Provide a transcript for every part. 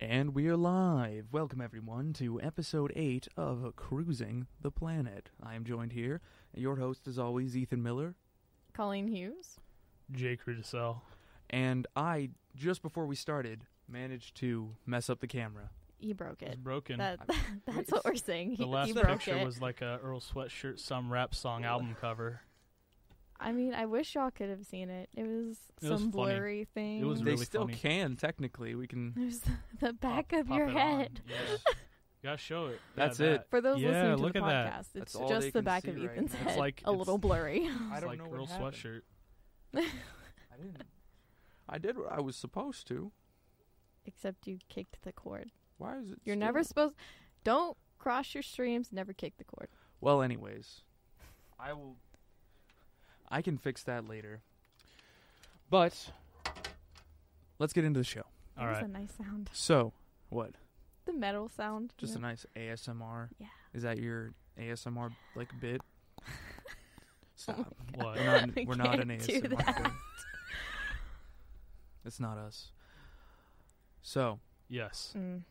And we're live. Welcome, everyone, to episode 8 of Cruising the Planet. I am joined here, your host, as always, Ethan Miller. Colleen Hughes. Jake Rudisell. And I, just before we started, managed to mess up the camera. He broke It's it. broken. That, that's what we're saying. He, the last he broke picture it. was like a Earl sweatshirt, some rap song album cover. I mean, I wish y'all could have seen it. It was It was some funny. blurry thing. It was they really still funny. can, technically. We can. There's the, the back Pop- of pop your it on. head. Yes. gotta show it. Yeah, That's that. it. For those Yeah, listening to look the at that. podcast, That's it's all they just the can back see of right Ethan's now. head. It's like a little blurry. It's I don't like know what Earl happened. sweatshirt. I didn't. I did what I was supposed to. Except you kicked the cord. Why is it? You're still- never supposed. Don't cross your streams. Never kick the cord. Well, anyways, I will. I can fix that later. But let's get into the show. that All right. was a nice sound. So, what? The metal sound. Just yeah. a nice ASMR. Yeah. Is that your ASMR like bit? Stop. What? we're not. I We're not an can't do ASMR. that. Thing. It's not us. So Yes. Mm.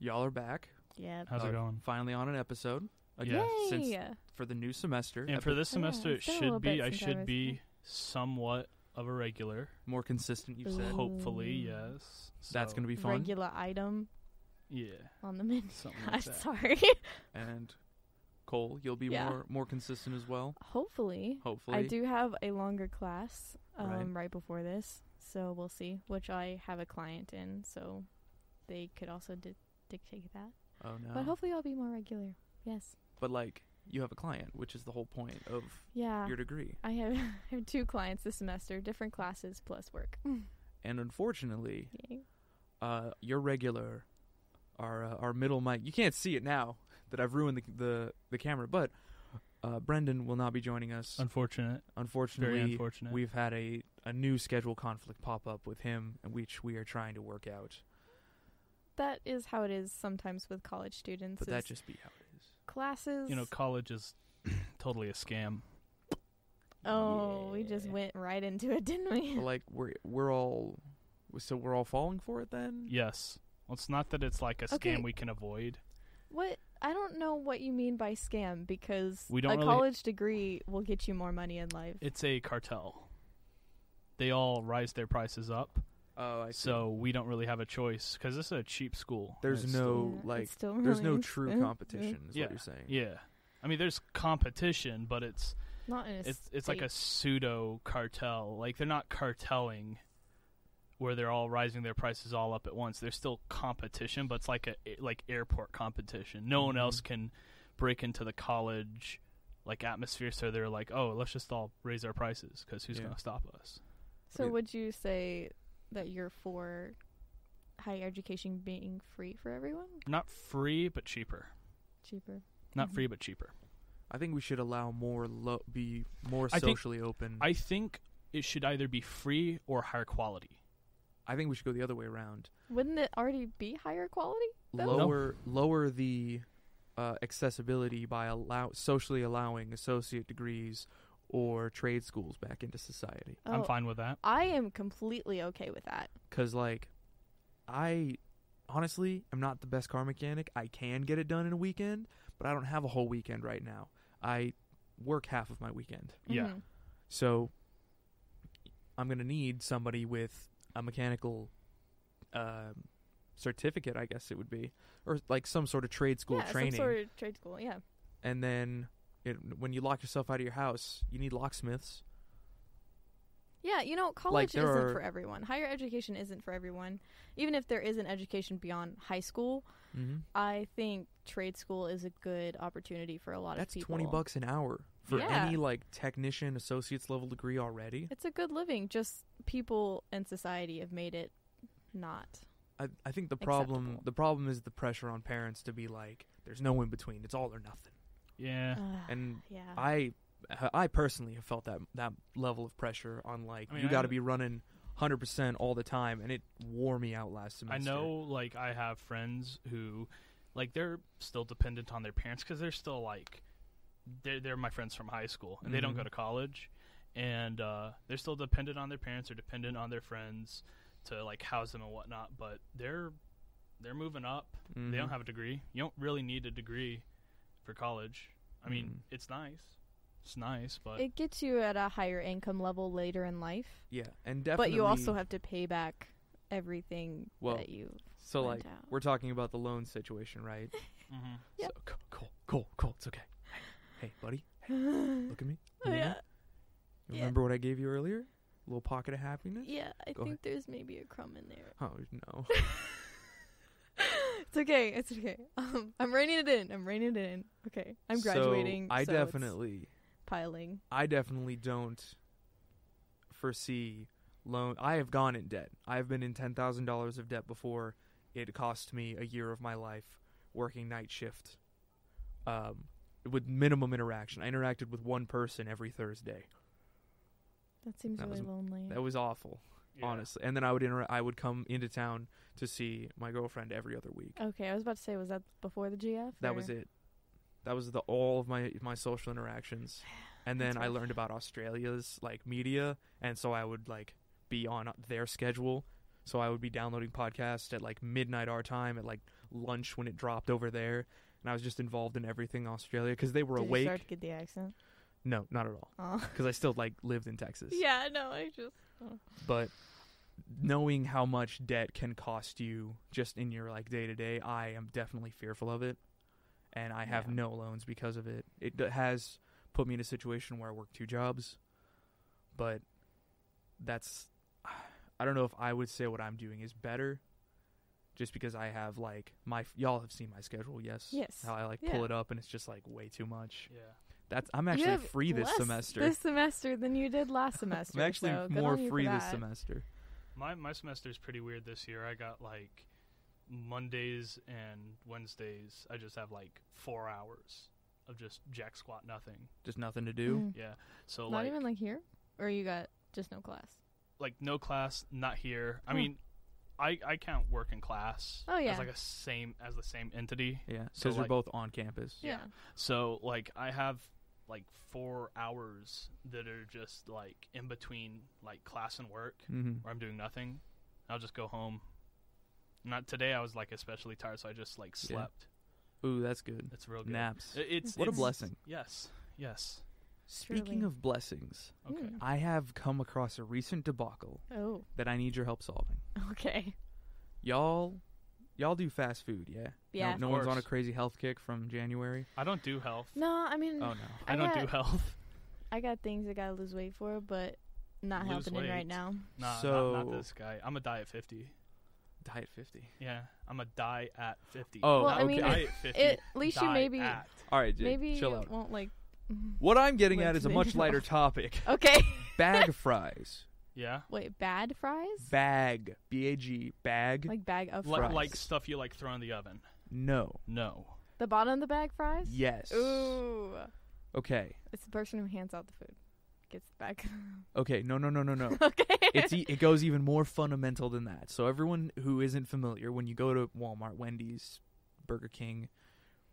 y'all are back. Yeah. How's Uh, it going? Finally on an episode again Yeah, Yay! since for the new semester. And for this I know, semester, it it's been Oh, a little should be. bit I since I should was be here. somewhat of a regular. more consistent, you said. Ooh. Hopefully, yes. That's So, gonna be fun. Regular item Yeah. on the menu. Something I'm like that. sorry. and Cole, you'll be Yeah. more more consistent as well. Hopefully. Hopefully, I do have a longer class um, Right. right. before this, so we'll see. Which I have a client in, so they could also di- dictate that. Oh no! But hopefully, I'll be more regular. Yes. But, like you have a client, which is the whole point of Yeah. your degree. I have I have two clients this semester, different classes plus work. And unfortunately, Yay. uh, your regular, our uh, our middle mic. You can't see it now that I've ruined the the, the camera, but. Uh, Brendan will not be joining us. Unfortunate. Unfortunately, Very unfortunate. we've had a, a new schedule conflict pop up with him, which we are trying to work out. That is how it is sometimes with college students. But that is just be how it is. classes. you know, college is totally a scam. oh, we just Yeah. Oh. went right into it, didn't we? But, like we're we're all so we're all falling for it then Yes. Well, it's not that it's like a scam Okay. we can avoid. What I don't know what you mean by scam because We don't a really- college degree will get you more money in life. It's a cartel. They all rise their prices up, oh i see. so we don't really have a choice because this is a cheap school. there's It's- no Yeah, it's like still there's no really true expensive. competition is Yeah, what you're saying yeah. I mean, there's competition, but it's Not in a it's it's like a state. pseudo cartel. Like they're not cartelling, where they're all rising their prices all up at once. There's still competition, but it's like a like airport competition. No one Mhm. else can break into the college like atmosphere, so they're like, oh, let's just all raise our prices because who's Yeah. gonna stop us? So Yeah. would you say that you're for higher education being free for everyone? Not free, but cheaper. Cheaper. Not Mhm. free, but cheaper. i think we should allow more lo- be more I think- socially open I, I think it should either be free or higher quality. think we should go the other way around Wouldn't it already be higher quality? That's- No. lower lower the uh, accessibility by allow socially allowing associate degrees or trade schools back into society Oh, I'm fine with that. I am completely okay with that. because like i honestly am not the best car mechanic i can get it done in a weekend but i don't have a whole weekend right now i work half of my weekend Yeah. Mhm. so i'm going to need somebody with a mechanical um certificate i guess it would be or like some sort of trade school yeah, training some sort of trade school. Yeah. and then it, when you lock yourself out of your house you need locksmiths Yeah, you know, college there isn't are- for everyone. Higher education isn't for everyone. Even if there is an education beyond high school, mm-hmm. I think trade school is a good opportunity for a lot that's of people. 20 bucks an hour for Yeah. any like technician associate's level degree already It's a good living. Just people and society have made it not. I, I think the problem acceptable. the problem is the pressure on parents to be like there's no in between it's all or nothing Yeah. Ugh, and yeah. I I personally have felt that that level of pressure on like I mean, you I got to know- be running 100% all the time and it wore me out last I semester know, like, I have friends who, like, they're still dependent on their parents because they're still, like, they're, they're my friends from high school and they don't go Mhm. to college. And uh, they're still dependent on their parents or dependent on their friends to like house them and whatnot, but they're they're moving up. Mm-hmm. They don't have a degree. You don't really need a degree for college. I mean, Mm. it's nice. It's nice, but It gets you at a higher income level later in life, Yeah, and definitely. but you also have to pay back everything Well, that you. So like, went out. we're talking about the loan situation, right? mhm. Yep. So, cool, cool, cool, cool. It's okay. Hey, hey, buddy, look at me. You know? yeah, You Yeah. remember what I gave you earlier? A little pocket of happiness? yeah. I Go ahead. think there's maybe a crumb in there. Oh no. It's okay. It's okay. Um, I'm reining it in. I'm reining it in. Okay. I'm So, graduating. I so it's definitely, piling. I definitely don't foresee loan. I have gone in debt. I have been in ten thousand dollars of debt before. It cost me a year of my life working night shift, um, with minimum interaction. I interacted with one person every Thursday. That seems That was really lonely. That was awful, Yeah. honestly. And then I would inter- I would come into town to see my girlfriend every other week. okay, I was about to say, was that before the GF? That was it. That was the all of my my social interactions. And then That's I rough. learned about Australia's like media, and so I would like be on their schedule. So I would be downloading podcasts at like midnight our time, at like lunch when it dropped over there, and I was just involved in everything Australia because they were Did awake. you start to get the accent? No, not at all, Oh. because I still like lived in Texas. yeah. No, I just. But knowing how much debt can cost you just in your like day to day, I am definitely fearful of it, and I have Yeah. no loans because of it. It d- has put me in a situation where I work two jobs, but that's I don't know if I would say what I'm doing is better, just because I have like my y'all have seen my schedule, yes, Yes. how I like Yeah. pull it up and it's just like way too much. Yeah. That's I'm You actually have free this less semester. This semester than you did last semester. I'm actually so good more on you for free this that. semester. My my semester's pretty weird this year. I got like Mondays and Wednesdays. I just have like four hours of just jack squat nothing. Just nothing to do. Mm. Yeah. So Not like even like here, or you got just no class. like no class, not here. I Huh. mean, I I count work and class Hmm. Oh, yeah. as like a same as the same entity. Yeah, So, because we're like- both on campus. Yeah. So like I have like four hours that are just like in between like class and work Mm-hmm. where I'm doing nothing. I'll just go home. Not today. I was like especially tired, so I just like Yeah. slept. Ooh, that's good. It's real good. Naps. I- It's What a it's- blessing. Yes. Yes. Speaking Truly. of blessings, Okay. Mm. I have come across a recent debacle Oh. that I need your help solving. Okay. Y'all, y'all do fast food, yeah? Yeah. No, no Of one's on a course. crazy health kick from January. I don't do health. No, I mean, Oh no. I, I don't do got- health. I got things I gotta lose weight for, but not Lose helping it weight. right now. Nah, not- not, So- this guy. I'm a diet fifty. Diet fifty. Yeah, I'm a die at fifty. Oh, Well, not I mean, die okay. at fifty. It, at least you die maybe at. All right, Jake, maybe chill you out. won't like. What I'm getting Went at is a to much video. lighter topic. Okay. Bag fries. Yeah. Wait, bad fries? Bag. B A G. Bag. like bag of Like, fries. like stuff you like throw in the oven. no. No. the bottom of the bag fries? Yes. Ooh. Okay. It's the person who hands out the food gets the bag. Okay. No. No. No. No. No. okay. it's e- it goes even more fundamental than that. So everyone who isn't familiar, when you go to Walmart, Wendy's, Burger King,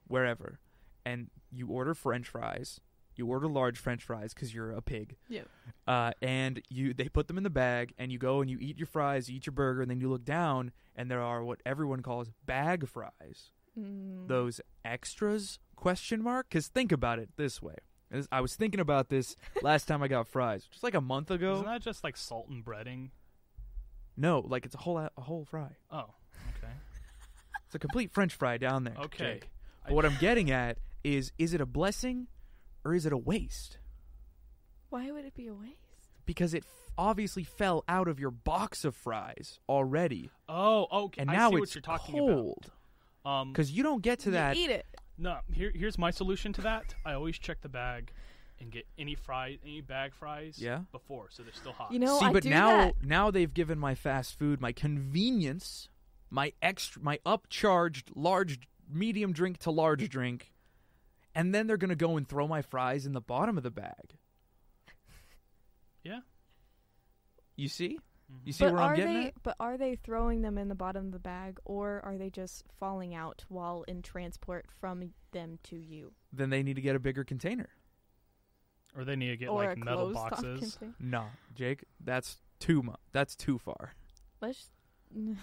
wherever, and you order French fries, you order large French fries because you're a pig. Yep. Uh, and you they put them in the bag, and you go and you eat your fries, you eat your burger, and then you look down, and there are what everyone calls bag fries. Mm. Those extras? Question mark? Because think about it this way. This- I was thinking about this last time I got fries, just like a month ago. Isn't that just like salt and breading? No, like it's a whole a whole fry. Oh, okay. It's a complete French fry down there. Okay. Jake. But what I'm getting at is, is it a blessing or is it a waste? Why would it be a waste? Because it f- obviously fell out of your box of fries already, Oh, okay. and I now see it's what you're talking cold. about. Um, Because you don't get to that. You eat it. no, here, here's my solution to that. I always check the bag and get any fry, any bag fries Yeah. before, so they're still hot. You know, See, I but do now that. now they've given my fast food, my convenience, my extra, my upcharged large, medium drink to large drink, and then they're gonna go and throw my fries in the bottom of the bag. Yeah. You see? You Mhm. see but where are I'm getting they? at? But are they throwing them in the bottom of the bag, or are they just falling out while in transport from them to you, Then they need to get a bigger container. or they need to get or like a metal closed-off boxes. container? No, Jake, that's too much. That's too far. Let's. Oh,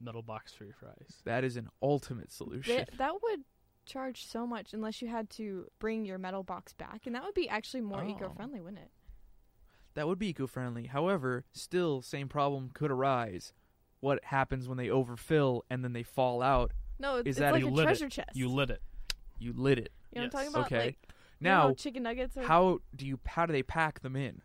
metal box for your fries. That is an ultimate solution. Th- that would charge so much unless you had to bring your metal box back, and that would be actually more Oh. eco-friendly, wouldn't it? That would be eco-friendly. However, still same problem could arise. What happens when they overfill and then they fall out? No, it's, Is it's that like you a lit it. treasure chest. You lit it. You lit it. You know what I'm talking Yes. about? Okay. Like, you know Now, how chicken nuggets are how do you how do they pack them in?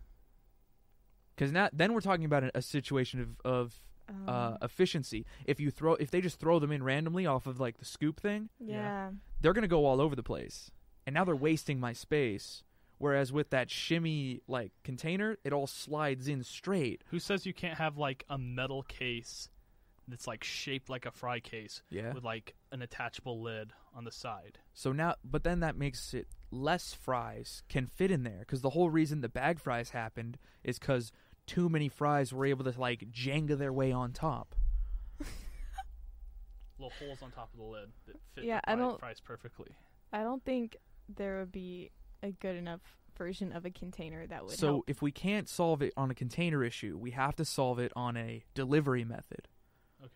Because now then we're talking about a, a situation of of Um, uh, efficiency. If you throw if they just throw them in randomly off of like the scoop thing, yeah. they're gonna go all over the place, and now they're wasting my space. Whereas with that shimmy like container, it all slides in straight. Who says you can't have like a metal case that's like shaped like a fry case Yeah. with like an attachable lid on the side? So now, but then that makes it less fries can fit in there because the whole reason the bag fries happened is because too many fries were able to like Jenga their way on top. Little holes on top of the lid that fit Yeah, the I fry- don't- fries perfectly. I don't think there would be a good enough version of a container that would So help. if we can't solve it on a container issue, we have to solve it on a delivery method. Okay.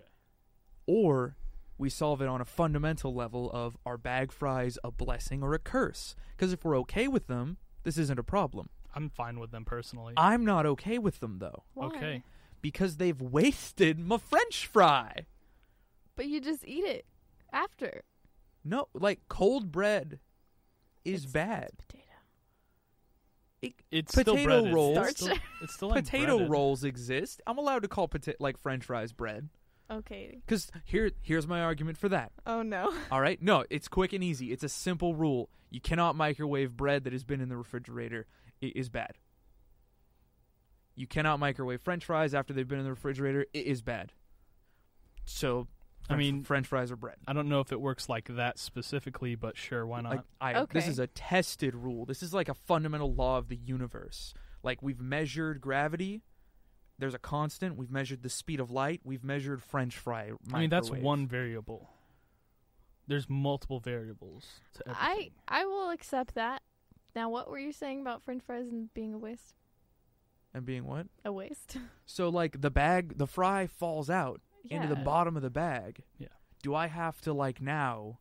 or we solve it on a fundamental level of are bag fries a blessing or a curse? Because if we're okay with them, this isn't a problem. I'm fine with them personally. I'm not okay with them though, Okay. because they've wasted my French fry. But you just eat it after. No, like cold bread is It's- bad. It's potato. It's Potato still breaded. rolls. It's still, Starch. it's still like potato breaded. rolls exist. I'm allowed to call pota- like French fries bread. Okay. Because here, here's my argument for that. Oh no. All right. No, it's quick and easy. It's a simple rule. You cannot microwave bread that has been in the refrigerator. It is bad. You cannot microwave French fries after they've been in the refrigerator. It is bad. So, I French- mean- French fries are bread. I don't know if it works like that specifically, but sure, why not? Like, I, This Okay. is a tested rule. This is like a fundamental law of the universe. Like we've measured gravity. There's a constant. We've measured the speed of light. We've measured French fry. I mean, that's microwave. one variable. There's multiple variables to I everything. I will accept that. Now, what were you saying about French fries and being a waste? And being what? A waste. So like the bag, the fry falls out. into the Yeah. bottom of the bag. Yeah. Do I have to like now?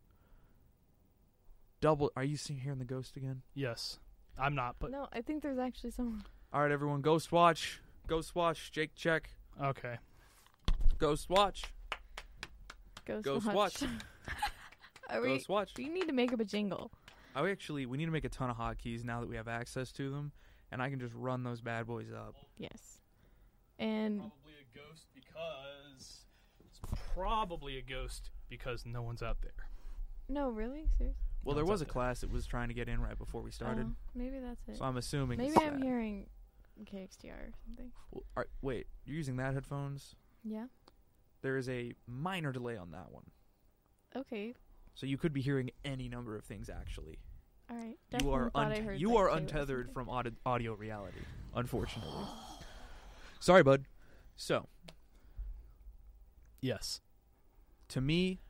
Double. Are you seeing hearing the ghost again? Yes. I'm not, but no, I think there's actually someone. All right, everyone, ghost watch. Ghost watch. Jake check. okay. Ghost watch. Ghost, Ghost watch. Are we, ghost watch. we need to make up a jingle. I actually we need to make a ton of hotkeys now that we have access to them, and I can just run those bad boys up. Yes. And Oh. Probably a ghost because it's probably a ghost because no one's out there. no, really, seriously. Well, No, there it's was a up there. class that was trying to get in right before we started, Oh, maybe that's it. so I'm assuming. maybe it's I'm that. hearing KXDR or something. Well, are- wait, you're using that headphones? Yeah. There is a minor delay on that one, Okay. so you could be hearing any number of things actually. All right. you Definitely are thought I unt- heard you like are two or untethered something. from audi- audio reality, unfortunately. Sorry, bud. So, Yes. to me,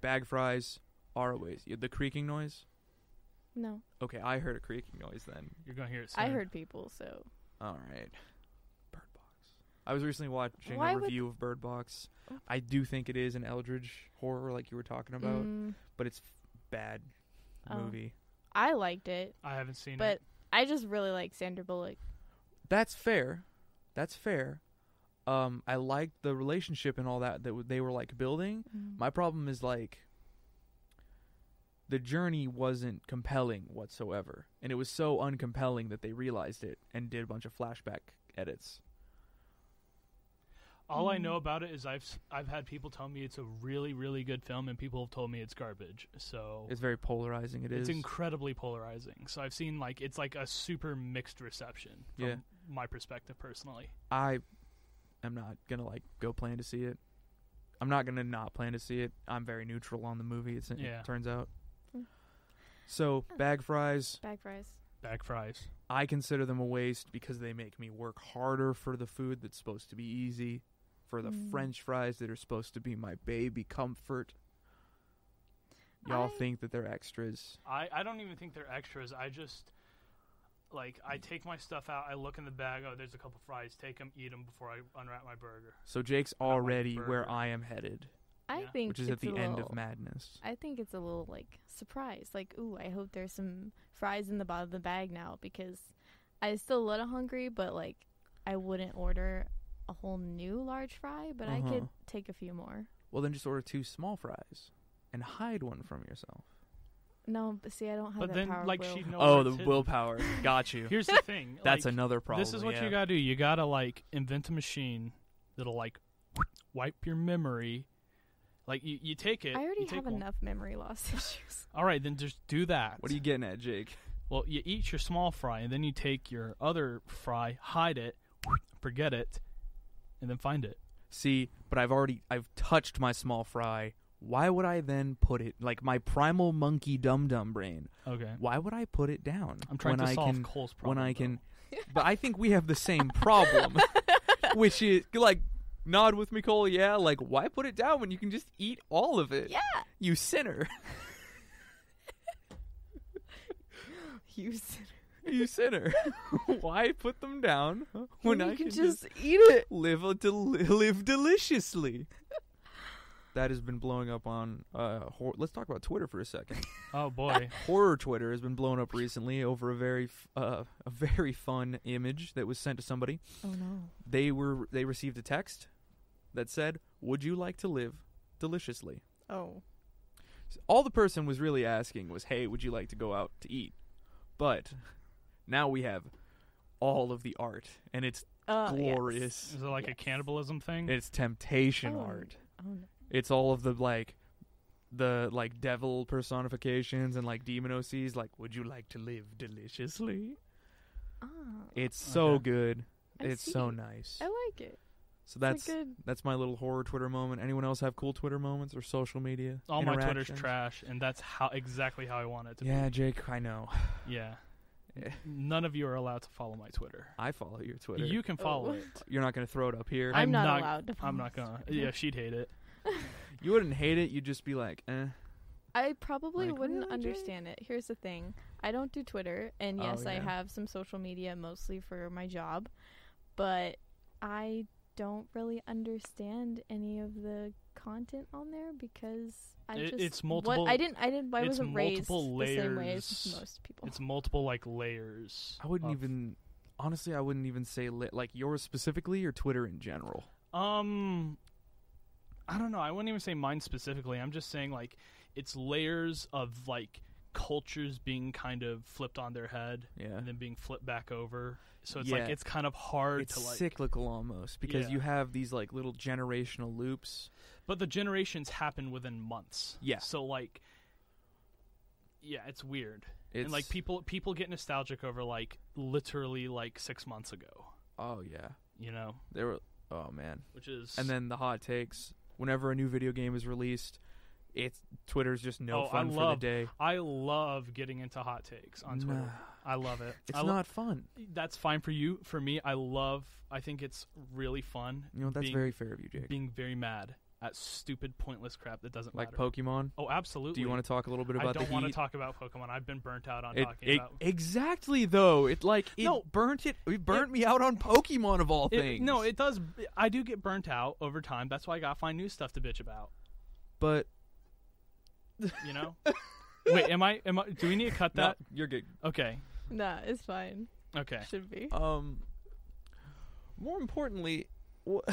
bag fries are always the creaking noise. No, Okay, I heard a creaking noise then. You're going to hear it soon. I heard people. So All right. Bird Box. I was recently watching Why a would- review of Bird Box. Oh. I do think it is an eldritch horror like you were talking about, Mm, but it's f- bad Oh. movie. I liked it, I haven't seen but it. I just really like Sandra Bullock. That's fair. That's fair. Um, I liked the relationship and all that that w- they were like building. Mm. My problem is like the journey wasn't compelling whatsoever, and it was so uncompelling that they realized it and did a bunch of flashback edits. All I Mm. know about it is I've s- I've had people tell me it's a really really good film and people have told me it's garbage. So It's very polarizing. It it's is. incredibly polarizing. So I've seen like it's like a super mixed reception from Yeah. my perspective personally. I am not gonna like go plan to see it. I'm not gonna not plan to see it. I'm very neutral on the movie. It's, Yeah. It turns out. Mm. So bag fries, Bag fries. Back fries. I consider them a waste because they make me work harder for the food that's supposed to be easy, for the Mm. french fries that are supposed to be my baby comfort. Y'all I- think that they're extras. I I don't even think they're extras. I just like I take my stuff out, I look in the bag. Oh, there's a couple fries. Take them, eat them before I unwrap my burger. So Jake's I want already where burger. I am headed, I Yeah. think which is at it's a the end of little- madness. I think it's a little like surprise. Like, ooh, I hope there's some fries in the bottom of the bag now because I still a little hungry, but like I wouldn't order a whole new large fry, but I Uh-huh. could take a few more. Well, then just order two small fries and hide one from yourself. No, but see, I don't have But that then, power. like, will. she knows- No, oh, the that's it. willpower. Got you. Here's the thing. That's like, another problem. This is what yeah. you gotta do. You gotta like invent a machine that'll like wipe your memory. Like you, you take it. I already you take have one. enough memory loss issues. All right, then just do that. What are you getting at, Jake? Well, you eat your small fry, and then you take your other fry, hide it, forget it, and then find it. See, but I've already I've touched my small fry. Why would I then put it like my primal monkey dum dum brain? Okay. Why would I put it down? I'm trying when to I solve can, Cole's problem. when I can. though. but I think we have the same problem, which is like nod with me, Cole. Yeah, like why put it down when you can just eat all of it? yeah, You sinner. you sinner. you sinner. Why put them down when you I can, can just eat it. live a del- live deliciously? That has been blowing up on. Uh, hor- let's talk about Twitter for a second. Oh boy. Horror Twitter has been blown up recently over a very f- uh, a very fun image that was sent to somebody. Oh no. They were they received a text that said, "Would you like to live deliciously?" Oh. all the person was really asking was, "Hey, would you like to go out to eat?" But now we have all of the art, and it's Uh, glorious. Is it like a Yes. cannibalism thing? It's temptation Oh. art. Yes. Oh no. It's all of the like, the like devil personifications and like demon OCs. Like, would you like to live deliciously? Ah, It's so Okay. good. I it's so see. nice. I like it. So That's that's good. that's my little horror Twitter moment. Anyone else have cool Twitter moments or social media? All my Twitter's interactions? trash, and that's how exactly how I want it to Yeah, Jake, I know. be. Yeah. Yeah. None of you are allowed to follow my Twitter. I follow your Twitter. You can follow Oh. it. You're not going to throw it up here. I'm, I'm not, not- allowed to. I'm follow not gonna. Twitter. Yeah, she'd hate it. You wouldn't hate it. You'd just be like, eh. I probably Like, wouldn't "Really, Jake?" understand it. Here's the thing I don't do Twitter, and Oh, yes, I yeah. have some social media mostly for my job, but I don't really understand any of the content on there because I It- just it's what- multiple- I didn't. I didn't. I it's wasn't raised multiple the same way as layers. most people. It's multiple like layers. I wouldn't of- even. Honestly, I wouldn't even say li- like yours specifically or Twitter in general. Um, I don't know. I wouldn't even say mine specifically. I'm just saying like it's layers of like cultures being kind of flipped on their head Yeah, and then being flipped back over. So it's Yeah. like it's kind of hard it's to like. cyclical almost because Yeah. you have these like little generational loops. But the generations happen within months. Yeah. So like. Yeah, it's weird. It's And like people people get nostalgic over like literally like 6 months ago, Oh yeah, you know, there were. Oh man, which is and then the hot takes. Whenever a new video game is released, it's Twitter's just no Oh, I fun for love the day. I love getting into hot takes on Twitter. Nah. I love it. It's I lo- not fun. that's fine for you. For me, I love. I think it's really fun You know that's being- very fair of you, Jake. being very mad at stupid, pointless crap that doesn't Like matter. Pokemon. oh, absolutely. Do you want to talk a little bit I about don't the want heat? to talk about Pokemon. I've been burnt out on It- talking it- about. exactly though. It like it No. burnt it. It burnt me out on Pokemon of all It- things. no, it does. I do get burnt out over time. That's why I gotta find new stuff to bitch about. but You know. Wait, am I? Am I? Do we need to cut that? that you're good. Okay. nah, it's fine. Okay. Should be. Um, more importantly, wh-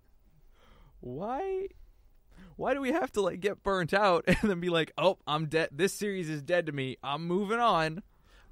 why why do we have to like get burnt out and then be like, oh, I'm dead. This series is dead to me. I'm moving on.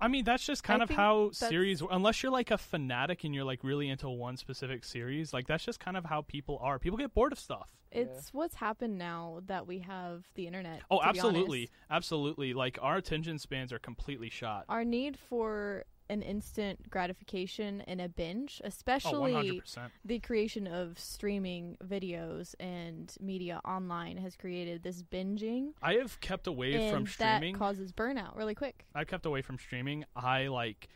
I mean, that's just kind I of think how that's- series, unless you're like a fanatic and you're like really into one specific series, like that's just kind of how people are. People get bored of stuff. It's what's happened now that we have the internet. Oh, to be honest. absolutely, absolutely. Like our attention spans are completely shot. Oh, Our need for an instant gratification and a binge, Oh, especially 100 percent. the creation of streaming videos and media online has created this binging I have kept away and from that streaming. causes burnout really quick I've kept away from streaming. I like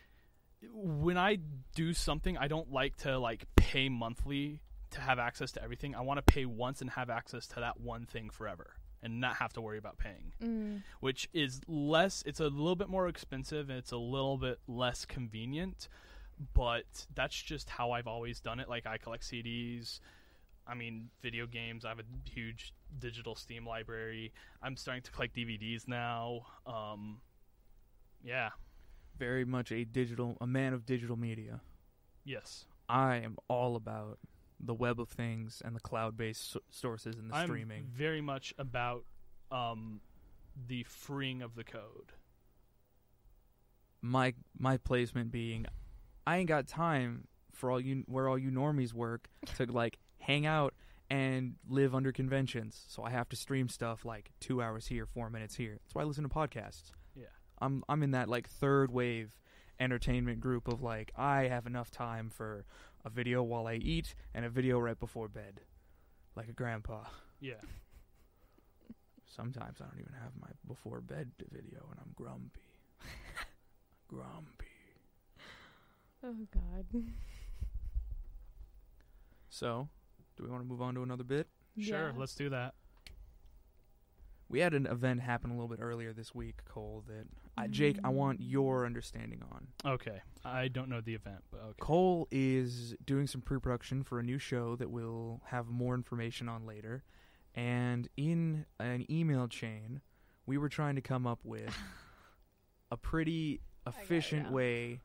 when I do something, I don't like to like pay monthly to have access to everything. I want to pay once and have access to that one thing forever. and not have to worry about paying, Mm. which is less. It's a little bit more expensive and it's a little bit less convenient, but that's just how I've always done it. Like I collect CDs. I mean, video games. I have a huge digital Steam library. I'm starting to collect DVDs now. Um, yeah. Very much a digital, a man of digital media. Yes. I am all about the web of things and the cloud-based s- sources and the I'm streaming. very much about um, the freeing of the code. My my placement being, I ain't got time for all you where all you normies work to like hang out and live under conventions. So I have to stream stuff like two hours here, four minutes here. That's why I listen to podcasts. Yeah. I'm I'm in that like third wave entertainment group of like I have enough time for a video while I eat and a video right before bed, like a grandpa. Yeah. Sometimes I don't even have my before bed video and I'm grumpy. grumpy. Oh God. So, do we want to move on to another bit? Sure. Yeah. Let's do that. We had an event happen a little bit earlier this week, Cole, that I, Jake, I want your understanding on. Okay. I don't know the event, but okay. Cole is doing some pre production for a new show that we'll have more information on later. And in an email chain, we were trying to come up with a pretty it efficient now. way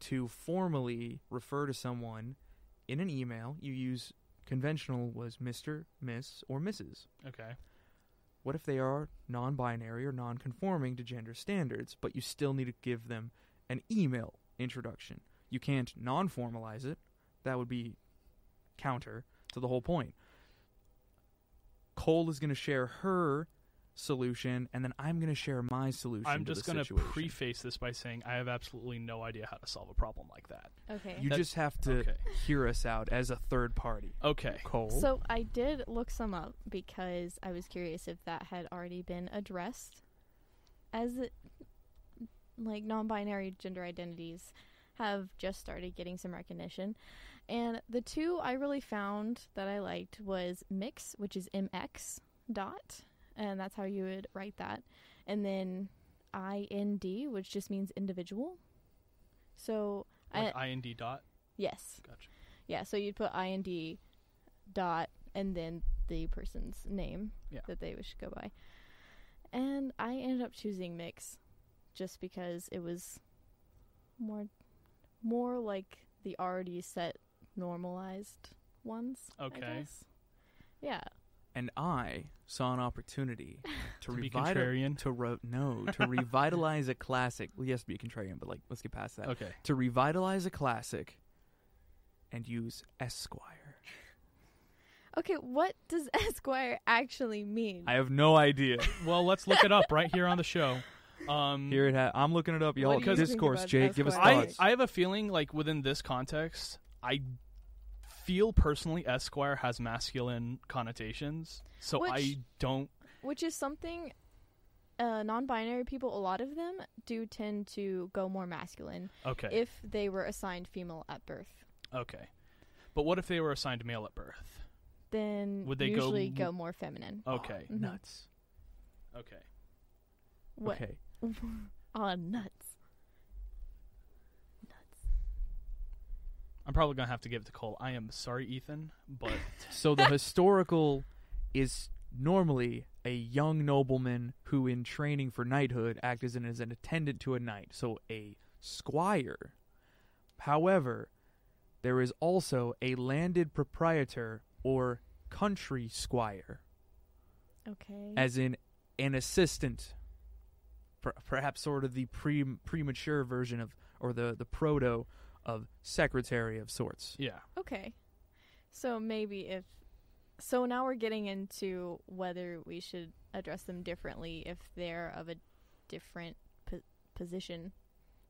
to formally refer to someone in an email. You use conventional was Mr., Miss, or Mrs. Okay. What if they are non binary or non conforming to gender standards, but you still need to give them an email introduction? You can't non formalize it. That would be counter to the whole point. Cole is going to share her solution, and then I'm going to share my solution. I'm to just the going to situation. preface this by saying I have absolutely no idea how to solve a problem like that. Okay. You That- just have to okay. hear us out as a third party. Okay. Cole. So I did look some up because I was curious if that had already been addressed as it, like non-binary gender identities have just started getting some recognition. And the two I really found that I liked was mix, which is mx dot, and that's how you would write that. And then ind, which just means individual. So I, Like IND dot. yes. Gotcha. Yeah, so you'd put ind dot and then the person's name Yeah. that they wish to go by. And I ended up choosing mix just because it was more more like the already set normalized ones. I Okay. guess. Yeah. and I saw an opportunity to, To be revitalize. contrarian. to ro- no to revitalize a classic. Well, yes, be a contrarian, but like let's get past that. Okay. To revitalize a classic and use Esquire. Okay, what does Esquire actually mean? I have no idea. Well, let's look it up right here on the show. Um, Here it ha- I'm looking it up, y'all. What do you think Discourse, about Jake. Give us Esquire? I, thoughts. I have a feeling like within this context, I feel personally Esquire has masculine connotations. So Which- I don't Which is something uh, non binary people, a lot of them do tend to go more masculine Okay. if they were assigned female at birth. okay. But what if they were assigned male at birth? then Would they go usually m- go, more feminine. Okay. Mhm. nuts. Okay. What? Okay. Aw, nuts. I'm probably gonna have to give it to Cole. I am sorry, Ethan, but So the historical is normally a young nobleman who, in training for knighthood, acts as an, as an attendant to a knight, so a squire. However, there is also a landed proprietor or country squire, Okay. as in an assistant, per- perhaps sort of the pre- premature version of, or the, the proto of secretary of sorts. yeah. okay. So maybe if. So now we're getting into whether we should address them differently if they're of a different po- position.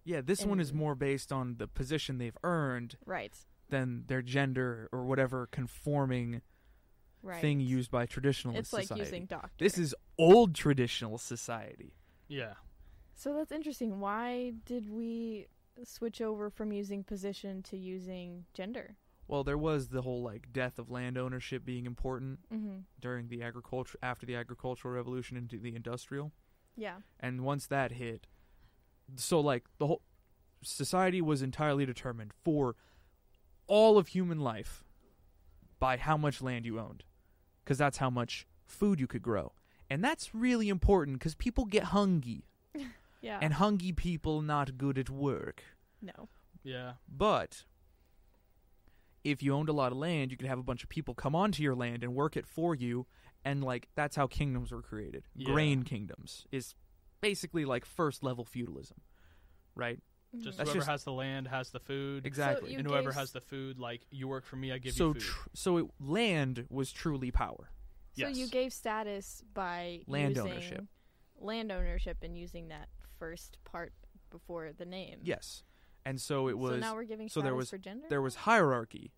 Yeah, this one is And- more based on the position they've earned Right. than their gender or whatever conforming Right. thing used by traditionalist It's like society. using doctor. this is old traditional society. Yeah. So that's interesting. Why did we switch over from using position to using gender? Well, there was the whole like death of land ownership being important Mm-hmm. during the agriculture after the agricultural revolution into the industrial. Yeah. and once that hit so like the whole society was entirely determined for all of human life by how much land you owned because that's how much food you could grow and that's really important because people get hungry Yeah. and hungry people not good at work no. Yeah. but if you owned a lot of land you could have a bunch of people come onto your land and work it for you and like that's how kingdoms were created Yeah. grain kingdoms is basically like first level feudalism right Just That's whoever just- has the land has the food. exactly Mm-hmm. you and whoever gave has s- the food, like you work for me, I give so you food. tr- so it, land was truly power So you Yes. gave status by Land using ownership. land ownership, and using that first part before the name. yes and so it was so now we're giving so there status was- for gender. there was hierarchy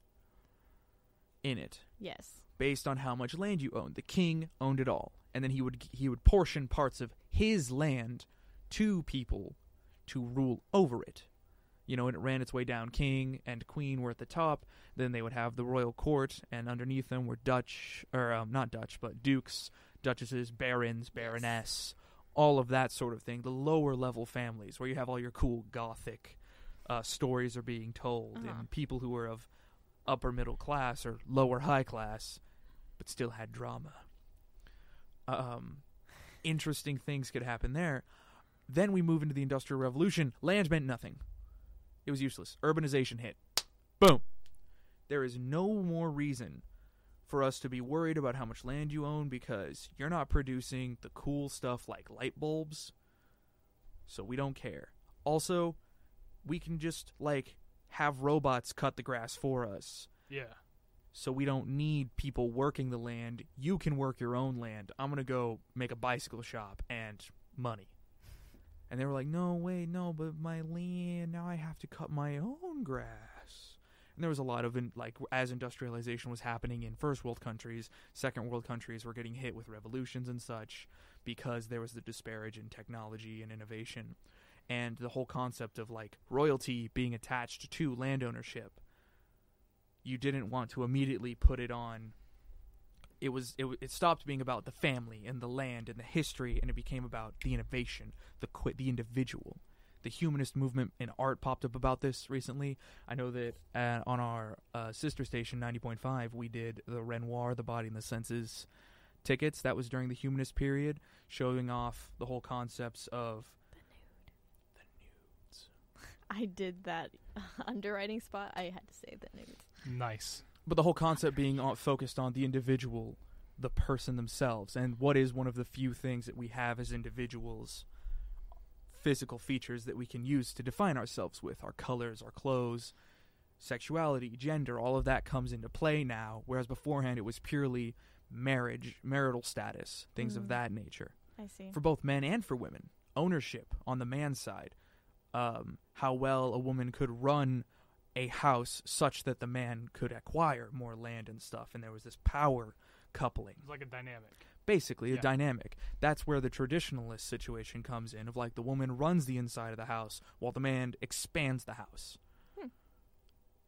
in it yes. based on how much land you owned the king owned it all and then he would he would portion parts of his land to people to rule over it you know and it ran its way down king and queen were at the top then they would have the royal court and underneath them were dutch or um, not dutch but dukes duchesses barons baroness all of that sort of thing the lower level families where you have all your cool gothic uh, stories are being told Uh-huh. and people who are of upper middle class or lower high class but still had drama um, interesting things could happen there then we move into the industrial revolution land meant nothing it was useless urbanization hit boom there is no more reason for us to be worried about how much land you own because you're not producing the cool stuff like light bulbs. So we don't care. Also, we can just like have robots cut the grass for us. Yeah. So we don't need people working the land. You can work your own land. I'm going to go make a bicycle shop and money. And they were like, "No, wait, no, but my land, now I have to cut my own grass." And there was a lot of in, like as industrialization was happening in first world countries, second world countries were getting hit with revolutions and such because there was the disparage in technology and innovation and the whole concept of like royalty being attached to land ownership. You didn't want to immediately put it on it was it, w- it stopped being about the family and the land and the history and it became about the innovation, the qu- the individual. The humanist movement in art popped up about this recently. I know that uh, on our uh, sister station 90.5 we did the Renoir, the body and the senses tickets. That was during the humanist period, showing off the whole concepts of I did that underwriting spot. I had to say the nudes. Nice. but the whole concept being on, focused on the individual, the person themselves, and what is one of the few things that we have as individuals physical features that we can use to define ourselves with our colors, our clothes, sexuality, gender, all of that comes into play now, whereas beforehand it was purely marriage, marital status, things Mhm. of that nature. I see. for both men and for women. Ownership on the man's side, um, how well a woman could run a house such that the man could acquire more land and stuff, and there was this power coupling, It's like a dynamic. basically a Yeah. dynamic. That's where the traditionalist situation comes in, of like the woman runs the inside of the house while the man expands the house. Hmm.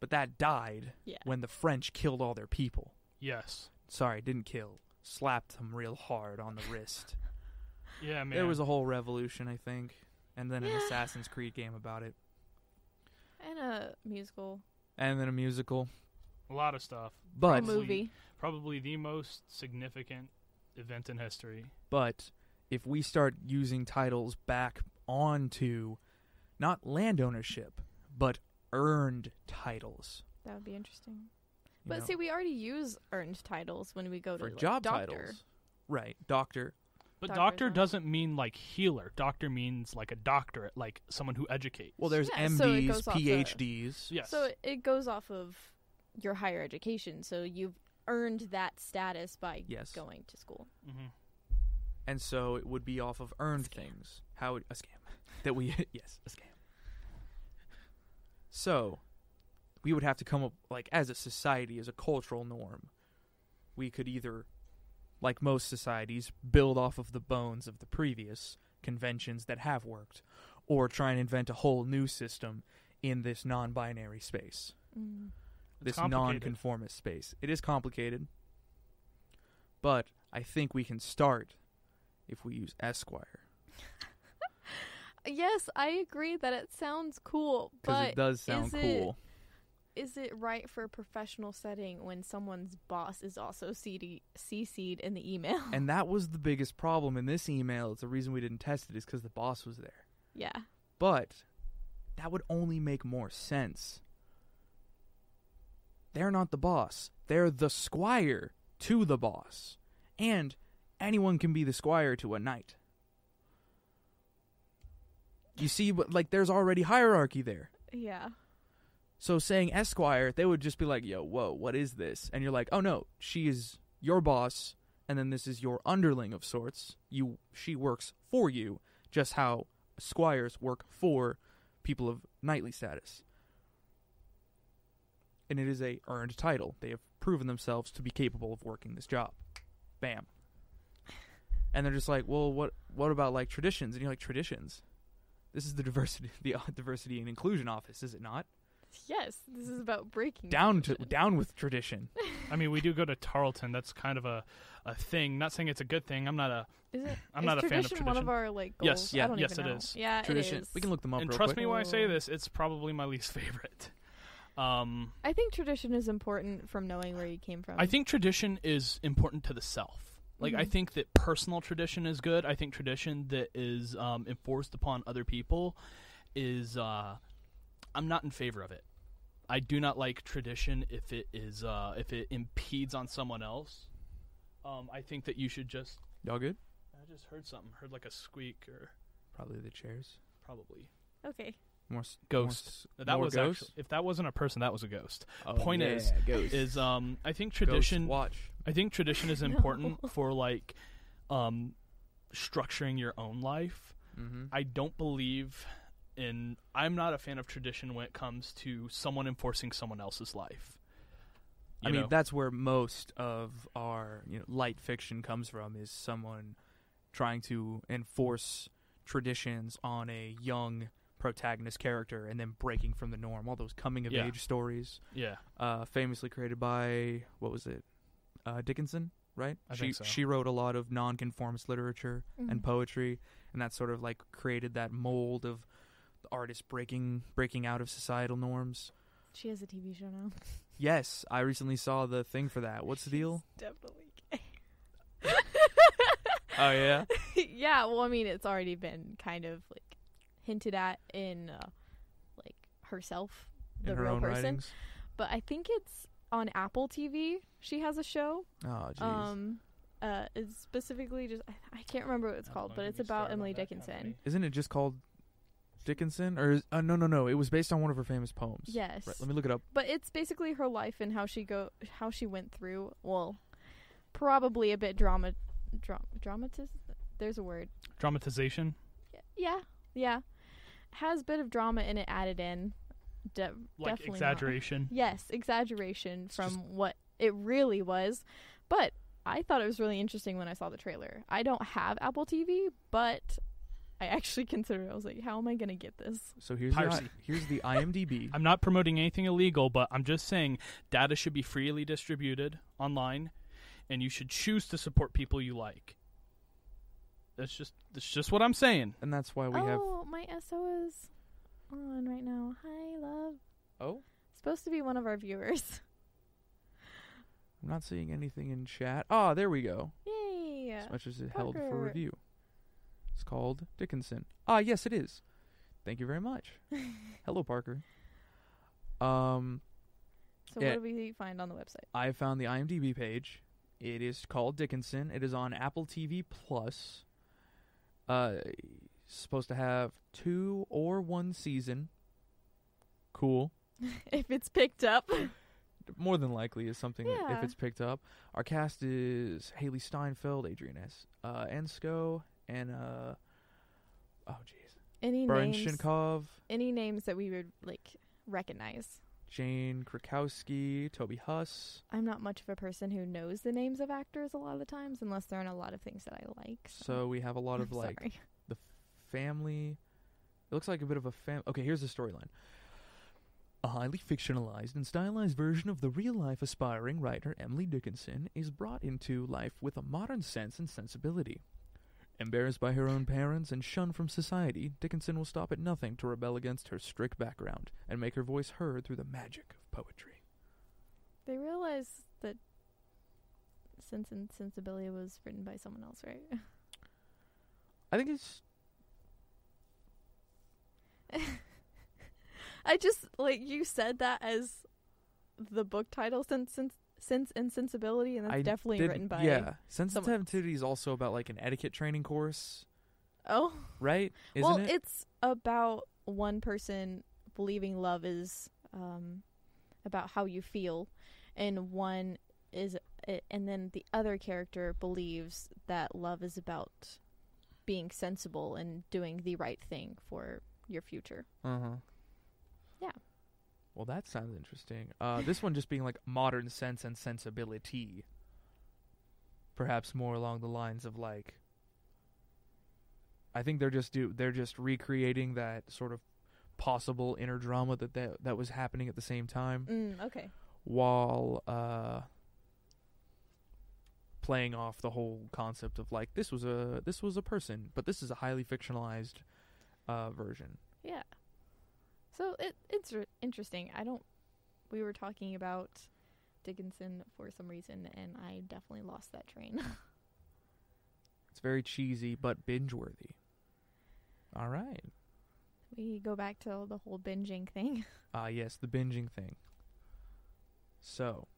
But that died Yeah. when the French killed all their people. Yes. Sorry, didn't kill. Slapped them real hard on the wrist. Yeah, man. There was a whole revolution, I think, and then an Yeah. Assassin's Creed game about it, and a musical and then a musical. a lot of stuff. But Probably- movie. Probably the most significant event in history. but if we start using titles back onto not land ownership, but earned titles. That would be interesting. you But know, see, we already use earned titles when we go to for like, job doctor. titles, right? Doctor, But Doctor's doctor not- doesn't mean like healer. Doctor means like a doctorate, like someone who educates. well, there's Yeah, so it MDs, goes off the- PhDs. yes. So it- it goes off of your higher education. So you've earned that status by Yes. going to school. mm-hmm. and so it would be off of earned Scam. things. How it, a scam that we yes a scam. So we would have to come up like as a society as a cultural norm. We could either, like most societies, build off of the bones of the previous conventions that have worked, Mm. or try and invent a whole new system in this non-binary space. this complicated. non-conformist space. It is complicated, but I think we can start if we use Esquire Yes, I agree that it sounds cool, because but it does sound is it- cool. is it right for a professional setting when someone's boss is also CD- CC'd in the email? And that was the biggest problem in this email. It's the reason we didn't test it is because the boss was there. yeah. But that would only make more sense. They're not the boss. They're the squire to the boss. And anyone can be the squire to a knight. You see, but like there's already hierarchy there. Yeah. So saying esquire, they would just be like, "Yo, whoa, what is this?" And you're like, "Oh no, she is your boss, and then this is your underling of sorts. You, she works for you, just how squires work for people of knightly status." And it is a earned title. They have proven themselves to be capable of working this job. Bam. And they're just like, "Well, what? What about like traditions?" And you're like, "Traditions." This is the diversity, the uh, diversity and inclusion office, is it not? Yes, this is about breaking down to tradition. down with tradition. I mean, we do go to Tarleton. That's kind of a, a thing. Not saying it's a good thing. I'm not a. Is it? I'm is not a fan One of of tradition. our like goals. Yes, yeah, I don't yes, even it know. is. Yeah, Tradition. It is. We can look them up. and real trust quick. me when I say Ooh. this, it's probably my least favorite. Um, I think tradition is important from knowing where you came from. I think tradition is important to the self. Like I Mhm. think that personal tradition is good. I think tradition that is um, enforced upon other people is uh, I'm not in favor of it. I do not like tradition if it is uh, if it impedes on someone else. Um, I think that you should just. Y'all good? I just heard something. Heard like a squeak or Probably the chairs. probably. Okay. More s- Ghost. more s- That more was ghosts? actually if that wasn't a person, that was a ghost. Oh, point yeah, is- ghost. Is um I think Ghost tradition watch. I think tradition is No. important for like um structuring your own life. Mm-hmm. I don't believe in I'm not a fan of tradition when it comes to someone enforcing someone else's life. I You mean, know? that's where most of our you know, light fiction comes from. Is someone trying to enforce traditions on a young protagonist character and then breaking from the norm? All those coming of Yeah. age stories, yeah. uh, famously created by what was it? Uh, Dickinson, right? I she think so. she wrote a lot of nonconformist literature. and Mhm. poetry and that sort of like created that mold of the artist breaking breaking out of societal norms she has a TV show now. yes i recently saw the thing for that what's the deal Definitely. Uh, oh yeah yeah, well, I mean, it's already been kind of like hinted at in uh, like herself, the in her real own person. writings But I think it's on Apple TV. She has a show. oh jeez Um, uh, it's specifically just I, I can't remember what it's Oh, called, don't but get it's me started about on Emily that Dickinson. company. isn't it just called dickinson or is, uh, no no no it was based on one of her famous poems Yes, right, let me look it up but it's basically her life and how she go how she went through. Well, probably a bit drama, dra- dramatiz. There's a word. Dramatization. Yeah, yeah. Has a bit of drama in it added in. De- Like definitely not. exaggeration. Yes, exaggeration It's from just- what it really was. But I thought it was really interesting when I saw the trailer. I don't have Apple TV, but I actually considered it. I was like, how am I going to get this? so here's the, Piracy. here's the imdb I'm not promoting anything illegal, but I'm just saying data should be freely distributed online and you should choose to support people you like. That's just that's just what I'm saying. and that's why we have oh, my SO is on right now. Hi, love. oh Supposed to be one of our viewers. i'm not seeing anything in chat ah there we go Yay. as much as it held for Parker. review. It's called Dickinson. Ah, yes, it is. Thank you very much. Hello, Parker. Um, So yeah. what do we find on the website? I found the IMDb page. It is called Dickinson. It is on Apple TV Plus. Uh, supposed to have two or one season. Cool. if it's picked up. More than likely is something that if Yeah. it's picked up. Our cast is Haley Steinfeld, Adrian S. Uh, Ensko, and uh, oh jeez, Any Brian names? Shinkov, any names that we would like recognize. Jane Krakowski, Toby Huss. I'm not much of a person who knows the names of actors a lot of the times, unless they're in a lot of things that I like. So we have a lot of I'm like sorry. the family. It looks like a bit of a fam. Okay, here's the storyline. A highly fictionalized and stylized version of the real life aspiring writer Emily Dickinson is brought into life with a modern sense and sensibility. Embarrassed by her own parents and shunned from society, Dickinson will stop at nothing to rebel against her strict background and make her voice heard through the magic of poetry. They realize that Sense and Sensibility was written by someone else, right? I think it's I just like you said that as the book title Sense Sense, Sense and Sensibility, and that's I definitely did- written by. yeah. Sensitivity is also about like an etiquette training course, Oh. right? Isn't well, it? it's about one person believing love is um, about how you feel, and one is, eh, and then the other character believes that love is about being sensible and doing the right thing for your future. Uh huh. Yeah. Well, that sounds interesting. Uh, this one just being like modern sense and sensibility. Perhaps more along the lines of like. I think they're just do they're just recreating that sort of possible inner drama that that, that was happening at the same time Mm, okay. while uh playing off the whole concept of like this was a this was a person but this is a highly fictionalized uh version Yeah. So it it's r interesting. I don't. We were talking about Dickinson for some reason, and I definitely lost that train. It's very cheesy but binge worthy. All right. we go back to the whole binging thing. Ah, yes, the binging thing. So,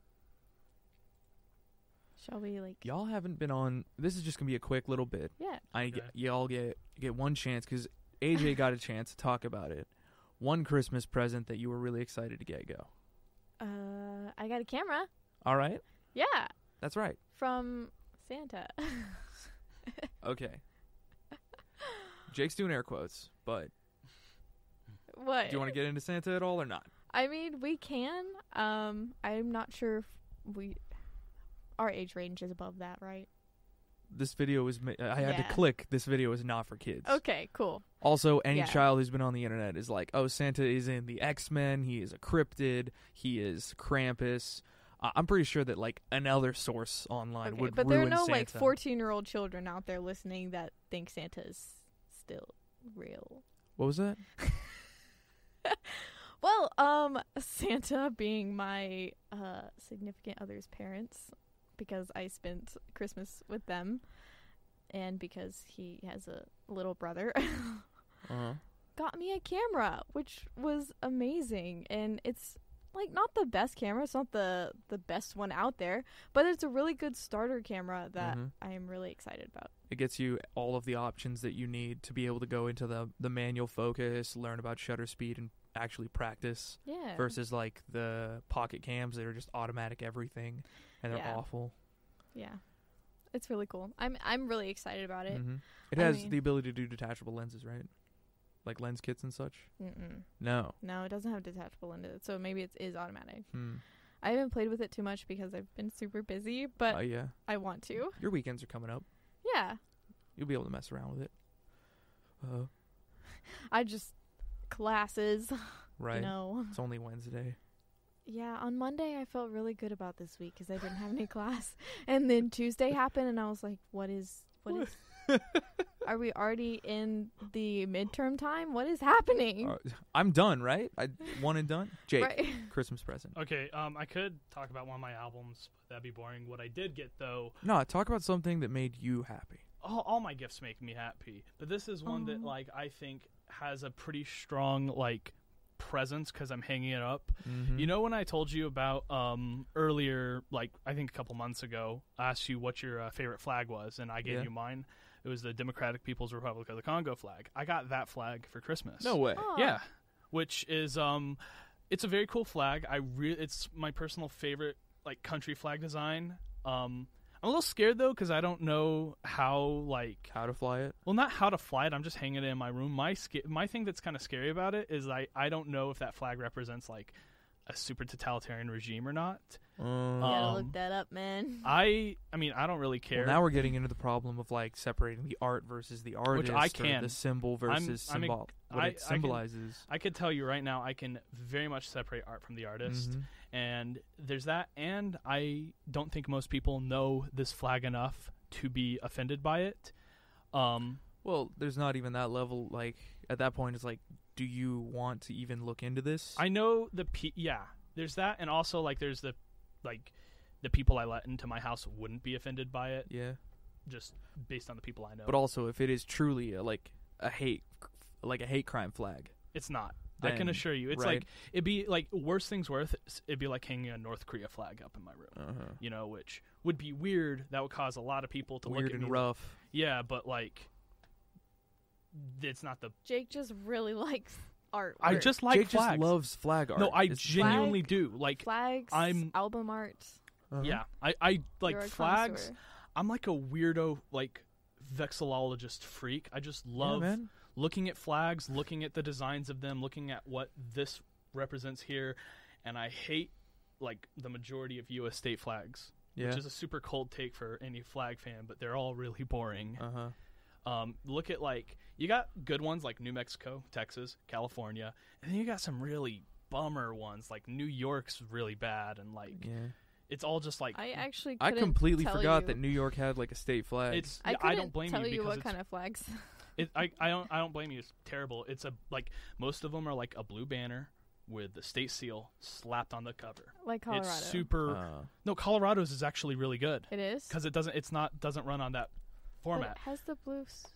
Shall we like? y'all haven't been on. This is just gonna be a quick little bit. Yeah. I Okay. get- y'all get get one chance because AJ got a chance to talk about it. One Christmas present that you were really excited to get go. Uh, I got a camera. All right, Yeah, that's right. from Santa. Okay. Jake's doing air quotes, but what? do you want to get into Santa at all or not? I mean, we can. Um, I'm not sure if we. Our age range is above that, right? This video is. Ma- I had Yeah. to click. This video is not for kids. Okay, cool. Also, any Yeah. child who's been on the internet is like, oh, Santa is in the X Men. He is a cryptid. He is Krampus. Uh, I'm pretty sure that like another source online Okay, would but there ruin are no Santa. like 14 year old children out there listening that think Santa's still real. What was that? Well, um, Santa being my uh, significant other's parents because I spent Christmas with them, and because he has a little brother. Uh-huh. got me a camera, which was amazing. And it's like not the best camera, it's not the the best one out there, but it's a really good starter camera that Mhm. I am really excited about. It gets you all of the options that you need to be able to go into the the manual focus, learn about shutter speed, and actually practice. Yeah. Versus like the pocket cams that are just automatic everything, and they're Yeah. awful. Yeah. It's really cool. I'm I'm really excited about it. Mhm. It I has mean- the ability to do detachable lenses, right? Like lens kits and such. Mm-mm. No. No, it doesn't have detachable into it, so maybe it is automatic. Hmm. I haven't played with it too much because I've been super busy, but Oh yeah. I want to. Your weekends are coming up. Yeah. You'll be able to mess around with it. Uh, I just classes, right. no. It's only Wednesday. Yeah, on Monday I felt really good about this week because I didn't have any class, and then Tuesday happened, and I was like, "What is? What is? are we already in the midterm time? What is happening?" Uh, I'm done, right? I one and done. Jake, right? Christmas present. Okay, um, I could talk about one of my albums, but that'd be boring. What I did get though, No, talk about something that made you happy. all, all my gifts make me happy, but this is one that Aw. like I think has a pretty strong like presence because I'm hanging it up. Mm-hmm. You know when I told you about um earlier, like I think a couple months ago, I asked you what your uh, favorite flag was, and I gave Yeah. you mine. It was the Democratic People's Republic of the Congo flag. I got that flag for Christmas. No way. Aw. Yeah, which is um, it's a very cool flag. I re- it's my personal favorite like country flag design. Um, I'm a little scared though because I don't know how like How to fly it? well not how to fly it. I'm just hanging it in my room. My sca- my thing that's kind of scary about it is I I don't know if that flag represents like a super totalitarian regime or not. You gotta Um, look that up, man. I I mean I don't really care. Well, now we're getting into the problem of like separating the art versus the artist, I or can. the symbol versus I'm a- symbol, what I- I it can- symbolizes. I could tell you right now I can very much separate art from the artist. Mhm. And there's that and I don't think most people know this flag enough to be offended by it. Um Well, there's not even that level. Like at that point, it's like, do you want to even look into this? I know the pe- yeah. There's that, and also like there's the like the people I let into my house wouldn't be offended by it, yeah, just based on the people I know. but also if it is truly a, like a hate, like a hate crime flag, it's not. I then- can assure you, it's right. like it'd be like worst things worth. It'd be like hanging a North Korea flag up in my room, uh you know, which would be weird. That would cause a lot of people to weird look at me. and rough. Yeah, but like, it's not the. Jake just really likes art. I just like Jake flags. just loves flag art. no, I It's- genuinely Flag- do like. flags. I'm- album art. Uh-huh. Yeah, I I like You're a flags. connoisseur. I'm like a weirdo, like vexillologist freak. I just Yeah, love man. looking at flags, looking at the designs of them, looking at what this represents here, and I hate like the majority of U.S. state flags, Yeah. which is a super cold take for any flag fan, but they're all really boring. Uh huh. Um, look at like you got good ones like New Mexico, Texas, California, and then you got some really bummer ones like New York's really bad, and like Yeah. it's all just like I actually. I couldn't completely tell forgot you- that New York had like a state flag. it's I, yeah, couldn't don't blame tell you you because what it's kind of flags. It, I, I don't I don't blame you. It's terrible. It's a like most of them are like a blue banner with the state seal slapped on the cover. like Colorado. It's super. Uh, no, Colorado's is actually really good It is. because it doesn't. It's not doesn't run on that But format. It has the blue. s-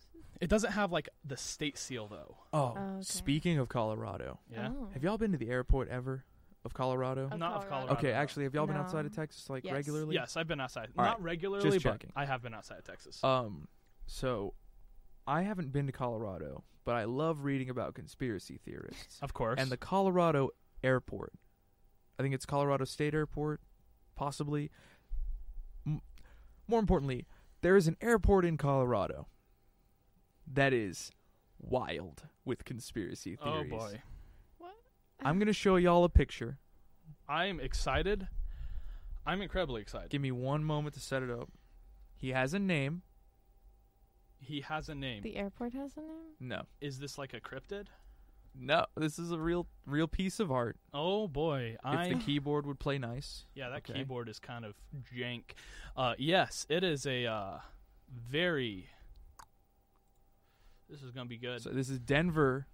It doesn't have like the state seal though. oh, Oh, okay. speaking of Colorado, Yeah. Oh. have y'all been to the airport ever of Colorado? Of Not of Colorado. Colorado. Okay, actually, have y'all been No. outside of Texas like Yes. regularly? Yes, I've been outside. All right, Not regularly, but checking. I have been outside of Texas. Um, so I haven't been to Colorado, but I love reading about conspiracy theorists of course. and the Colorado airport. I think it's Colorado State Airport, possibly. M- more importantly, there is an airport in Colorado that is wild with conspiracy oh theories. boy, I'm gonna show y'all a picture. I'm excited. I'm incredibly excited. Give me one moment to set it up. He has a name. He has a name. The airport has a name. No, Is this like a cryptid? no. This is a real, real piece of art. Oh boy, I If the keyboard would play nice. Yeah, that Okay. keyboard is kind of jank. Uh, yes, it is a uh, very. This is gonna be good. So this is Denver.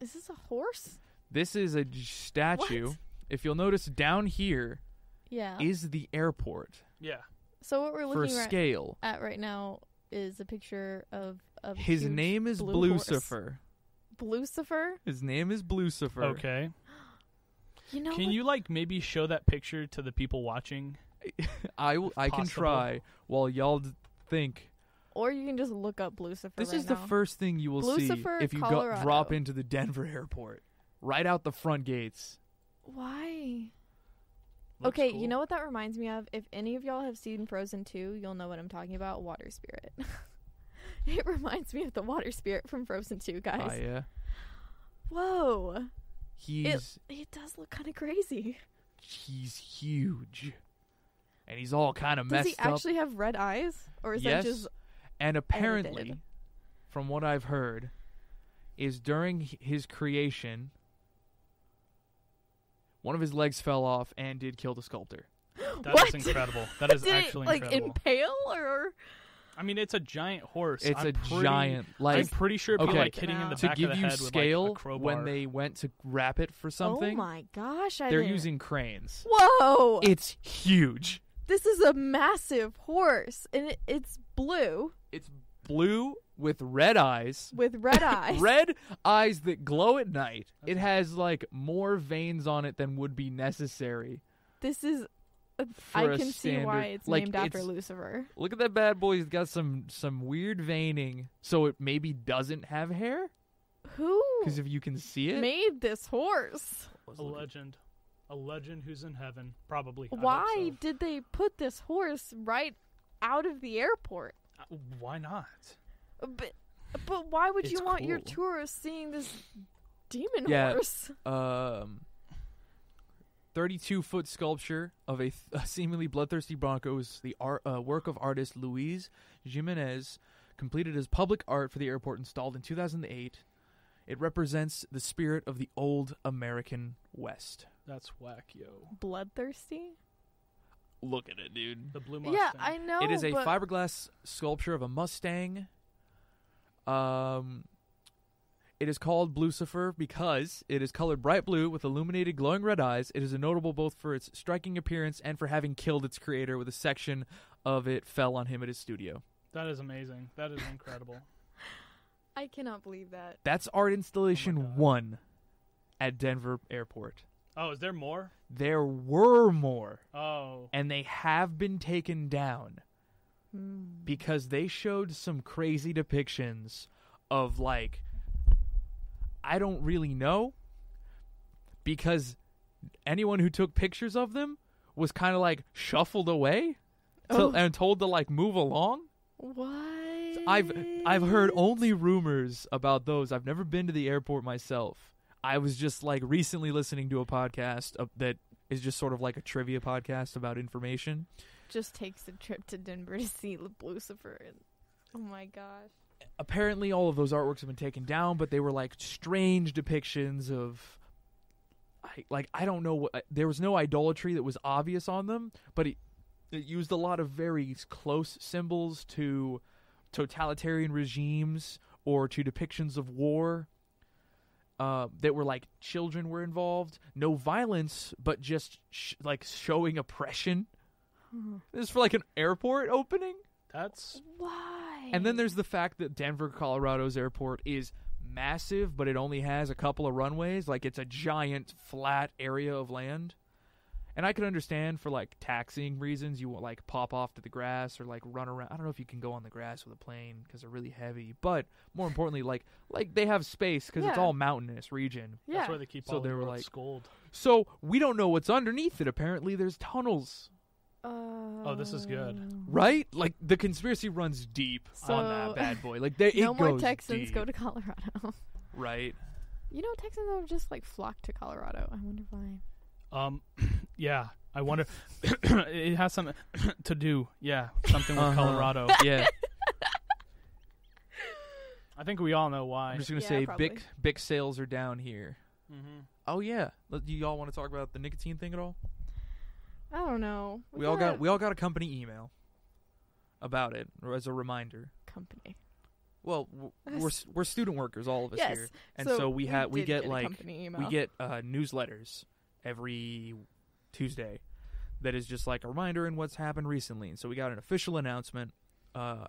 Is this a horse? This is a j- statue. What? If you'll notice down here Yeah. is the airport yeah, so what Oh. we're for looking right scale. at right now is a picture of of His name is blue horse. Blucifer. Lucifer. His name is Blucifer. okay. You know. Can what? you like maybe show that picture to the people watching? I will- I can Possible. try while y'all d- think. Or you can just look up Lucifer. This right is now. the first thing you will Blucifer, see if you go, Colorado. drop into the Denver airport. Right out the front gates. Why? Looks okay, cool. you know what that reminds me of? If any of y'all have seen Frozen 2, you'll know what I'm talking about. Water spirit. it reminds me of the water spirit from Frozen 2, Ah, guys. yeah. Whoa. He's It does look kind of crazy. he's huge. And he's all kind of Does messed he up. actually have red eyes? Or is yes, that just. and apparently, edited? from what I've heard, is during h- his creation, one of his legs fell off and did kill the sculptor. That is What? incredible. That is Did it, actually like incredible. impale or I mean, it's a giant horse. It's I'm a pretty- giant I'm like pretty sure it'd be okay, like hitting in the to back give of the you head with scale like, a crowbar. when they went to wrap it for something. Oh my gosh! I they're didn't- using cranes. Whoa! It's huge. this is a massive horse, and it, it's blue It's blue with red eyes. with red eyes. Red eyes that glow at night. It has like more veins on it than would be necessary. This is. uh, for I a can see standard- why it's like, named after it's- Lucifer. Look at that bad boy. He's got some some weird veining, so it maybe doesn't have hair Who because if you can see it, made this horse? Let's a look at- legend, a legend who's in heaven, probably. I hope Why did they put this horse right out of the airport? so. Uh, Why not? But but why would It's you want your cool. tourists seeing this demon Yeah. horse? um, 32 foot sculpture of a, th- a seemingly bloodthirsty Bronco is the art, uh, work of artist Luis Jimenez, completed as public art for the airport installed in 2008. It represents the spirit of the old American West. That's whack, yo. Bloodthirsty? Look at it, dude. The blue Mustang. Yeah, I know. it is a but fiberglass sculpture of a Mustang. Um, it is called Lucifer because it is colored bright blue with illuminated glowing red eyes. It is notable both for its striking appearance and for having killed its creator with a section of it fell on him at his studio. That is amazing. That is incredible. I cannot believe that. That's art installation God. one at Denver Airport. oh, is there more? There were more, Oh, and they have been taken down. Mm. because they showed some crazy depictions of like I don't really know because anyone who took pictures of them was kind of like shuffled away to- Oh. and told to like move along. What? I've I've heard only rumors about those. I've never been to the airport myself. I was just like recently listening to a podcast of, that is just sort of like a trivia podcast about information Just takes a trip to Denver to see L- Lucifer. and- Oh my gosh. apparently all of those artworks have been taken down, but they were like strange depictions of I, like I don't know what there was no idolatry that was obvious on them, but it, it used a lot of very close symbols to totalitarian regimes or to depictions of war. Uh, that were like children were involved. No violence, but just sh- like showing oppression. This is for like an airport opening. that's Why? And then there's the fact that Denver, Colorado's airport is massive, but it only has a couple of runways. Like it's a giant flat area of land. And I could understand for like taxiing reasons, you want like pop off to the grass or like run around. I don't know if you can go on the grass with a plane because they're really heavy. But more importantly, like like they have space because it's Yeah. all mountainous region. yeah. that's where they keep So all they the were gold. like- So we don't know what's underneath it. Apparently, there's tunnels, oh, this is good. right? Like the conspiracy runs deep on So- that bad boy. Like they, no it more goes Texans deep, go to Colorado. right. you know, Texans are just like flock to Colorado. I wonder why. Um, yeah, I wonder. it has something to do. Yeah, something with Uh-huh. Colorado. yeah, I think we all know why. I'm just gonna Yeah, say probably. Bic Bic sales are down here. Mm-hmm. Oh yeah, Let- do y'all want to talk about the nicotine thing at all? I don't know. We all got we all got a company email about it or as a reminder. company. Well, w- we're s- we're student workers, all of us yes. here, and so, we ha- we did get, a like company email. we get uh, newsletters every Tuesday that is just like a reminder and what's happened recently. And so we got an official announcement. Uh,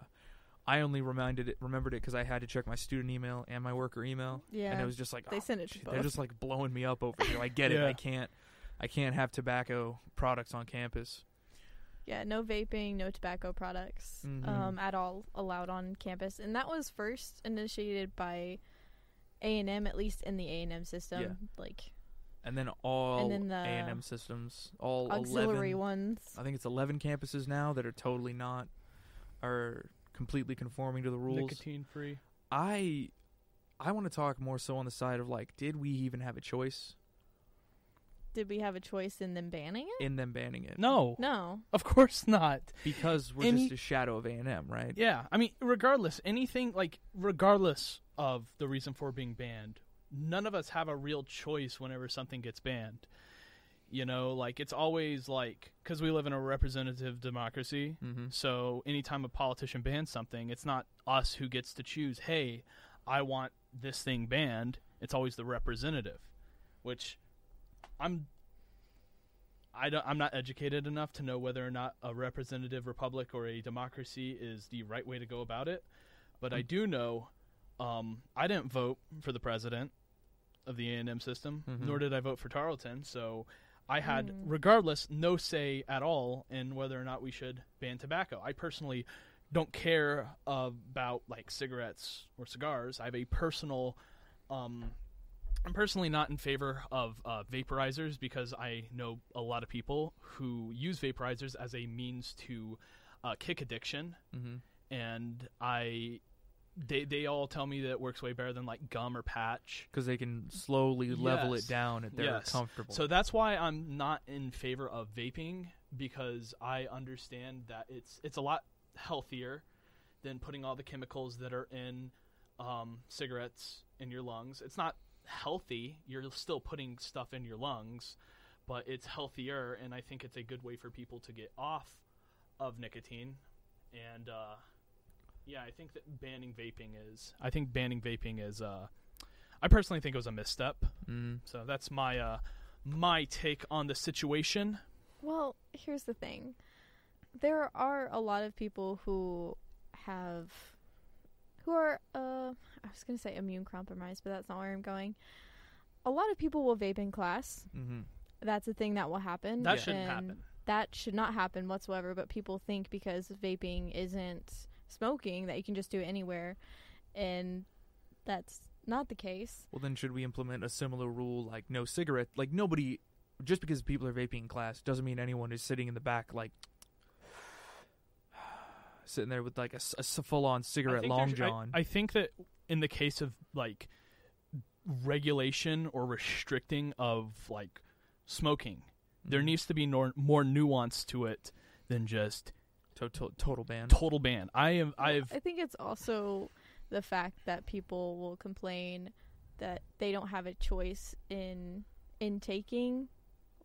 I only reminded it, remembered it because I had to check my student email and my worker email, yeah. and it was just like they "Oh, sent it to Dude, they're both. just like blowing me up over here. I get it. Yeah. I can't. I can't have tobacco products on campus. Yeah, no vaping, no tobacco products Mhm. Mm-hmm. um, at all allowed on campus, and that was first initiated by A and M, at least in the A and M system, Yeah. like And then all then the A&M systems, all auxiliary 11, ones. Uh, I think it's 11 campuses now that are totally not are completely conforming to the rules. Nicotine free. I I want to talk more so on the side of like did we even have a choice Did we have a choice in them banning it? in them banning it? No, No. of course not. Because we're Any- just a shadow of A&M, right? Yeah, I mean, regardless, anything like regardless of the reason for being banned, none of us have a real choice whenever something gets banned. You know, like it's always like because we live in a representative democracy, Mhm. so anytime a politician bans something, it's not us who gets to choose, hey, I want this thing banned. It's always the representative, which I'm I don't, I'm not educated enough to know whether or not a representative republic or a democracy is the right way to go about it. But I do know um, I didn't vote for the president of the A&M system, Mhm. nor did I vote for Tarleton. So I had, Mm. regardless, no say at all in whether or not we should ban tobacco. I personally don't care about like cigarettes or cigars. I have a personal um, I'm personally not in favor of uh, vaporizers because I know a lot of people who use vaporizers mm-hmm. as a means to uh, kick addiction, Mhm. and I They they all tell me that it works way better than like gum or patch. because they can slowly level Yes. it down and they're Yes. comfortable. So that's why I'm not in favor of vaping because I understand that it's it's a lot healthier than putting all the chemicals that are in um, cigarettes in your lungs. It's not healthy. You're still putting stuff in your lungs, but it's healthier, and I think it's a good way for people to get off of nicotine. And uh, yeah, I think that banning vaping is. I think banning vaping is. Uh, I personally think it was a misstep. mm, So that's my uh my take on the situation. Well, here's the thing. There are a lot of people who have who are uh I was going to say immune compromised, but that's not where I'm going. A lot of people will vape in class. mm-hmm. That's a thing that will happen. That and shouldn't happen. That should not happen whatsoever, but people think because vaping isn't smoking that you can just do it anywhere and that's not the case. Well, then should we implement a similar rule like no cigarette? Like nobody, just because people are vaping in class doesn't mean anyone is sitting in the back like sitting there with like a, full on I cigarette think long there's- I- john. I, think that in the case of like regulation or restricting of like smoking, there Mhm. needs to be nor- more nuance to it than just Mm. To- to- total ban. total ban. I am I've I think it's also the fact that people will complain that they don't have a choice in in taking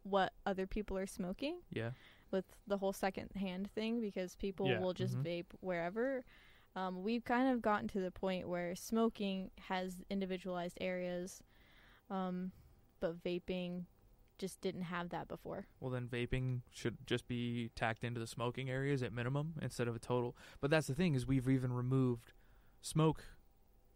what other people are smoking yeah, with the whole second hand thing because people Yeah. mm-hmm. will just Mhm. vape wherever. Um, we've kind of gotten to the point where smoking has individualized areas, um, but vaping just didn't have that before. Well, then vaping should just be tacked into the smoking areas at minimum instead of a total. But that's the thing is we've even removed smoke,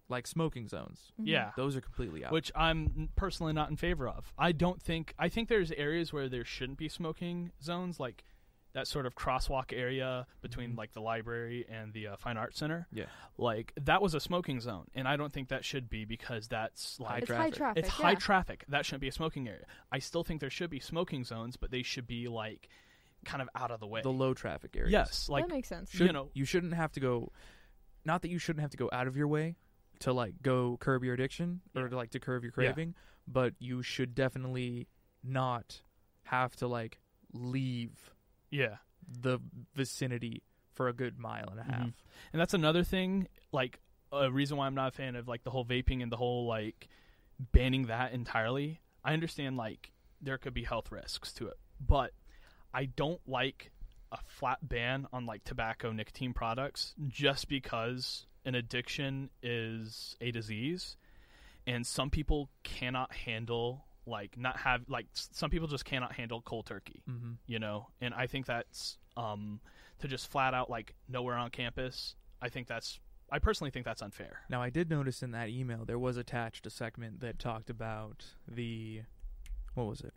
like smoking zones. Mm-hmm. yeah. Those are completely out. Which I'm personally not in favor of. I don't think I think there's areas where there shouldn't be smoking zones like that sort of crosswalk area between Mhm. like the library and the uh, fine arts center. yeah, like that was a smoking zone and i don't think that should be because that's High like It's traffic. high traffic. it's high yeah. traffic that shouldn't be a smoking area i still think there should be smoking zones but they should be like kind of out of the way the low traffic areas. yes like that makes sense. should- should, you know- you shouldn't have to go not that you shouldn't have to go out of your way to like go curb your addiction or Yeah. to like to curb your Yeah. craving but you should definitely not have to like leave yeah the vicinity for a good mile and a half Mhm. and that's another thing like a reason why i'm not a fan of like the whole vaping and the whole like banning that entirely i understand like there could be health risks to it but i don't like a flat ban on like tobacco nicotine products just because an addiction is a disease and some people cannot handle like not have like s- some people just cannot handle cold turkey mm-hmm. you know and i think that's um to just flat out like nowhere on campus i think that's i personally think that's unfair now i did notice in that email there was attached a segment that talked about the what was it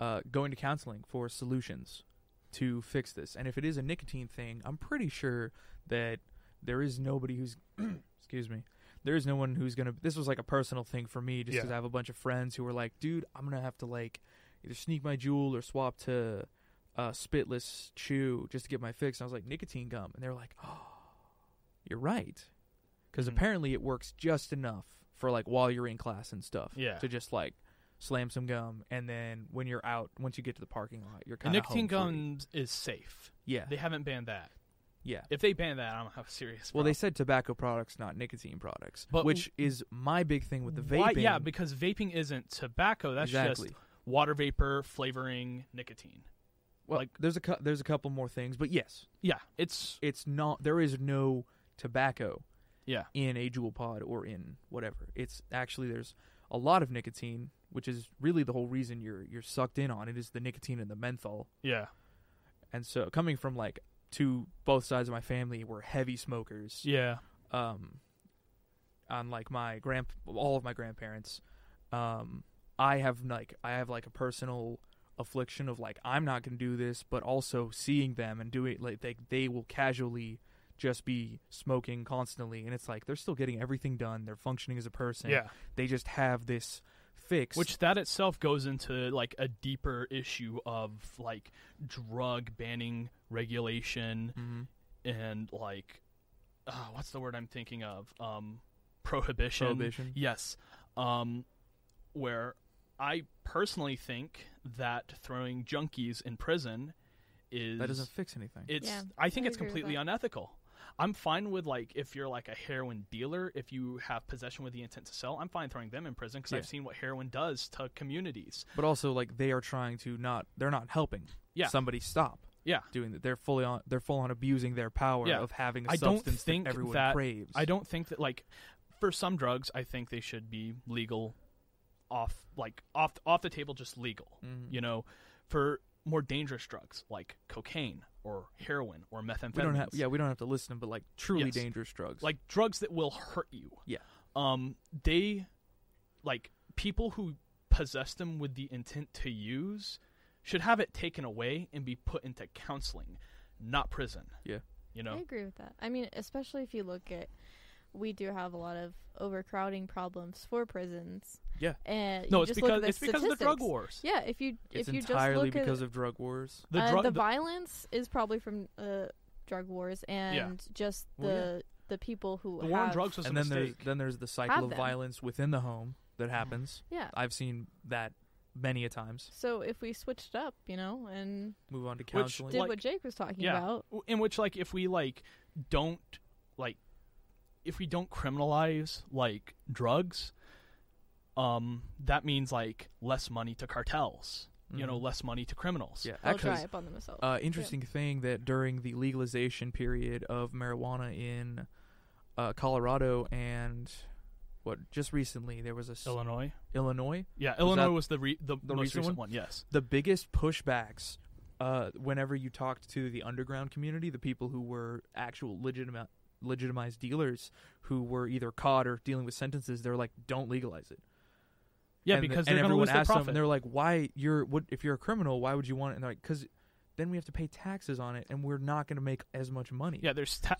uh, going to counseling for solutions to fix this and if it is a nicotine thing i'm pretty sure that there is nobody who's excuse me there is no one who's gonna this was like a personal thing for me just Yeah. because i have a bunch of friends who were like dude i'm gonna have to like either sneak my jewel or swap to uh, spitless chew just to get my fix and i was like nicotine gum and they were like oh you're right because Mhm. apparently it works just enough for like while you're in class and stuff Yeah. to just like slam some gum and then when you're out once you get to the parking lot you're and kind of nicotine gums is safe yeah they haven't banned that yeah if they ban that i'm gonna have a serious well they problem. said tobacco products not nicotine products But which is my big thing with the vaping Why- yeah because vaping isn't tobacco that's exactly just water vapor flavoring nicotine well, like- there's a cou- there's a couple more things but yes yeah it's it's not there is no tobacco Yeah. in a jewel pod or in whatever it's actually there's a lot of nicotine which is really the whole reason you're you're sucked in on it is the nicotine and the menthol yeah and so coming from like two both sides of my family were heavy smokers yeah um on like my grand all of my grandparents um i have like i have like a personal affliction of like i'm not going to do this but also seeing them and doing like they they will casually just be smoking constantly and it's like they're still getting everything done they're functioning as a person yeah they just have this fix which that itself goes into like a deeper issue of like drug banning regulation Mhm. and like uh, what's the word I'm thinking of? Um, prohibition. Prohibition. Yes. Um, where I personally think that throwing junkies in prison is That doesn't fix anything. it's Yeah, I I think it's agree with completely that. unethical. I'm fine with like if you're like a heroin dealer, if you have possession with the intent to sell, I'm fine throwing them in prison because Yeah. I've seen what heroin does to communities. but also, like they are trying to not. They're not helping. Yeah. Somebody stop. Yeah. Doing that. They're fully on. They're full on abusing their power Yeah. of having a I don't substance think that everyone that- craves. I don't think that like for some drugs, I think they should be legal, off like off off the table, just legal. Mhm. You know, for more dangerous drugs like cocaine or heroin or methamphetamine. We don't have. Yeah, we don't have to listen. But like truly Yes. dangerous drugs. like drugs that will hurt you. Yeah. Um, they like people who possess them with the intent to use should have it taken away and be put into counseling, not prison. Yeah. You I know. agree with that. I mean, especially if you look at, we do have a lot of overcrowding problems for prisons. Yeah. And no, you it's just because look at the it's because of the drug statistics. wars. Yeah, if you it's if you just entirely look at because of drug wars. The uh, drug the violence is probably from uh, drug wars and just the Well, yeah. the people who The war on have- drugs was And a then there's mistake. then there's the cycle of them. violence within the home that happens. yeah. I've seen that many a times. So if we switched up, you know, and Move on to Which counseling. did Like- what Jake was talking Yeah. about, w- in which like if we like don't like if we don't criminalize like drugs um that means like less money to cartels you know Mhm. less money to criminals yeah, I'll actually, try up on them myself. Uh, interesting thing that during the legalization period of marijuana in uh, Colorado and what just recently there was a s- illinois Illinois yeah Was that illinois was the re- the, the most recent recent one, yes the biggest pushbacks uh, whenever you talked to the underground community the people who were actual legitimate legitimized dealers who were either caught or dealing with sentences they're like don't legalize it yeah and the- because and they're going to everyone lose their asked profit them and they're like why you're what if you're a criminal why would you want it and they're like because then we have to pay taxes on it and we're not going to make as much money yeah there's ta-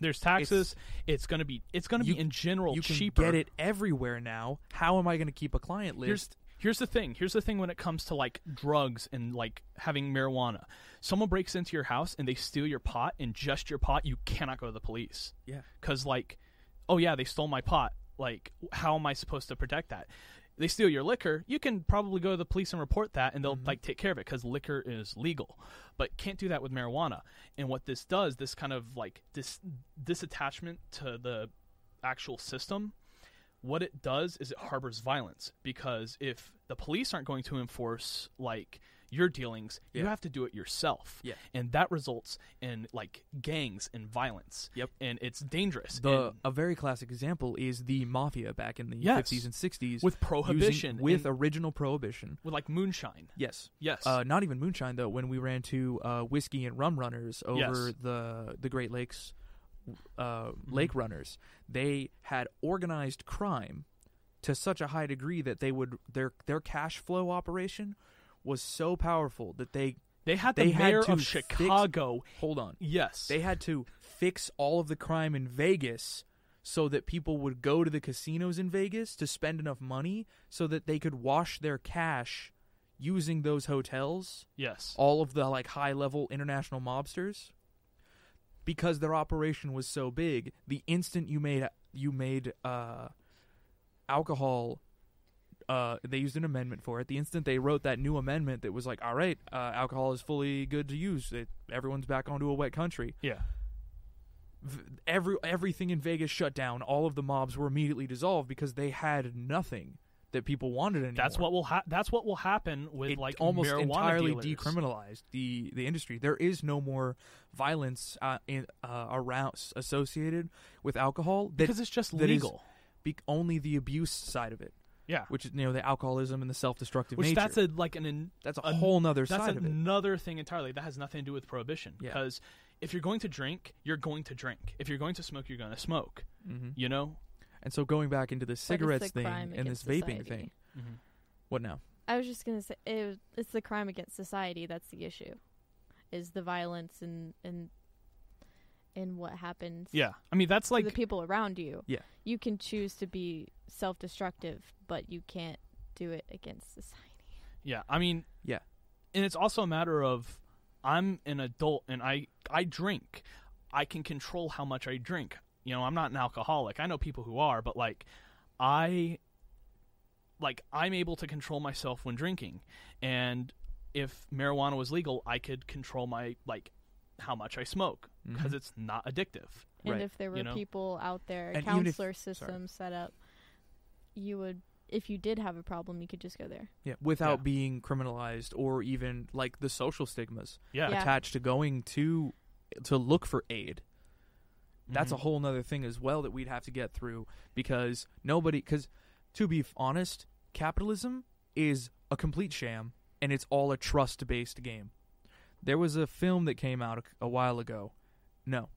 there's taxes it's, going to be it's going to be You- in general you can cheaper get it everywhere now. How am I going to keep a client Here's, list? here's the thing. Here's the thing when it comes to like drugs and like having marijuana. Someone breaks into your house and they steal your pot and just your pot, you cannot go to the police. Yeah. Cuz like oh yeah, they stole my pot. Like how am I supposed to protect that? They steal your liquor, you can probably go to the police and report that and they'll Mm-hmm. like take care of it cuz liquor is legal. But can't do that with marijuana. And what this does, this kind of like dis- disattachment to the actual system what it does is it harbors violence because if the police aren't going to enforce like your dealings, you Yeah. have to do it yourself. Yeah. And that results in like gangs and violence. Yep. And it's dangerous. The And a very classic example is the mafia back in the Yes. 50s and 60s with using- prohibition with and- original prohibition. with like moonshine. Yes. Yes. Uh, not even moonshine though. When we ran to uh, whiskey and rum runners over Yes. Mm-hmm. the the Great Lakes, uh, lake runners, they had organized crime to such a high degree that they would their their cash flow operation was so powerful that they they had the they had mayor to of fix- Chicago. hold on yes. They had to fix all of the crime in Vegas so that people would go to the casinos in Vegas to spend enough money so that they could wash their cash using those hotels, yes. all of the like high level international mobsters. Because their operation was so big, the instant you made you made uh, alcohol uh, they used an amendment for it. The instant they wrote that new amendment that was like, all right, uh, alcohol is fully good to use. It, everyone's back onto a wet country. Yeah. V- every everything in Vegas shut down. All of the mobs were immediately dissolved because they had nothing that people wanted anymore. That's what will ha- that's what will happen with it like almost marijuana entirely dealers. decriminalized the the industry. There is no more violence uh, in, uh, around associated with alcohol that, because it's just that is legal. be- only the abuse side of it, yeah. which is you know the alcoholism and the self destructive Which nature. that's a like an in- that's a an- whole nother that's side of it. another thing entirely that has nothing to do with prohibition Yeah. because if you're going to drink you're going to drink if you're going to smoke you're going to smoke hmm you know And so going back into this But it's cigarettes the thing crime and this against vaping society. thing. What now? I was just gonna say it, it's the crime against society that's the issue, is the violence and and and what happens. yeah i mean that's to the like people around you. Yeah. you can choose to be self-destructive, but you can't do it against society. yeah i mean Yeah. and it's also a matter of i'm an adult and i i drink i can control how much i drink You know, I'm not an alcoholic. I know people who are, but like I like I'm able to control myself when drinking. And if marijuana was legal, I could control my like how much I smoke Mm-hmm. because it's not addictive. And Right, if there were you know? people out there, And even if- counselor sorry. systems set up, you would, if you did have a problem, you could just go there. yeah, without Yeah. being criminalized or even like the social stigmas Yeah. Yeah. attached to going to to look for aid. That's a Mhm. whole nother thing as well that we'd have to get through because nobody because to be honest, capitalism is a complete sham and it's all a trust based game. There was a film that came out a, a while ago. No.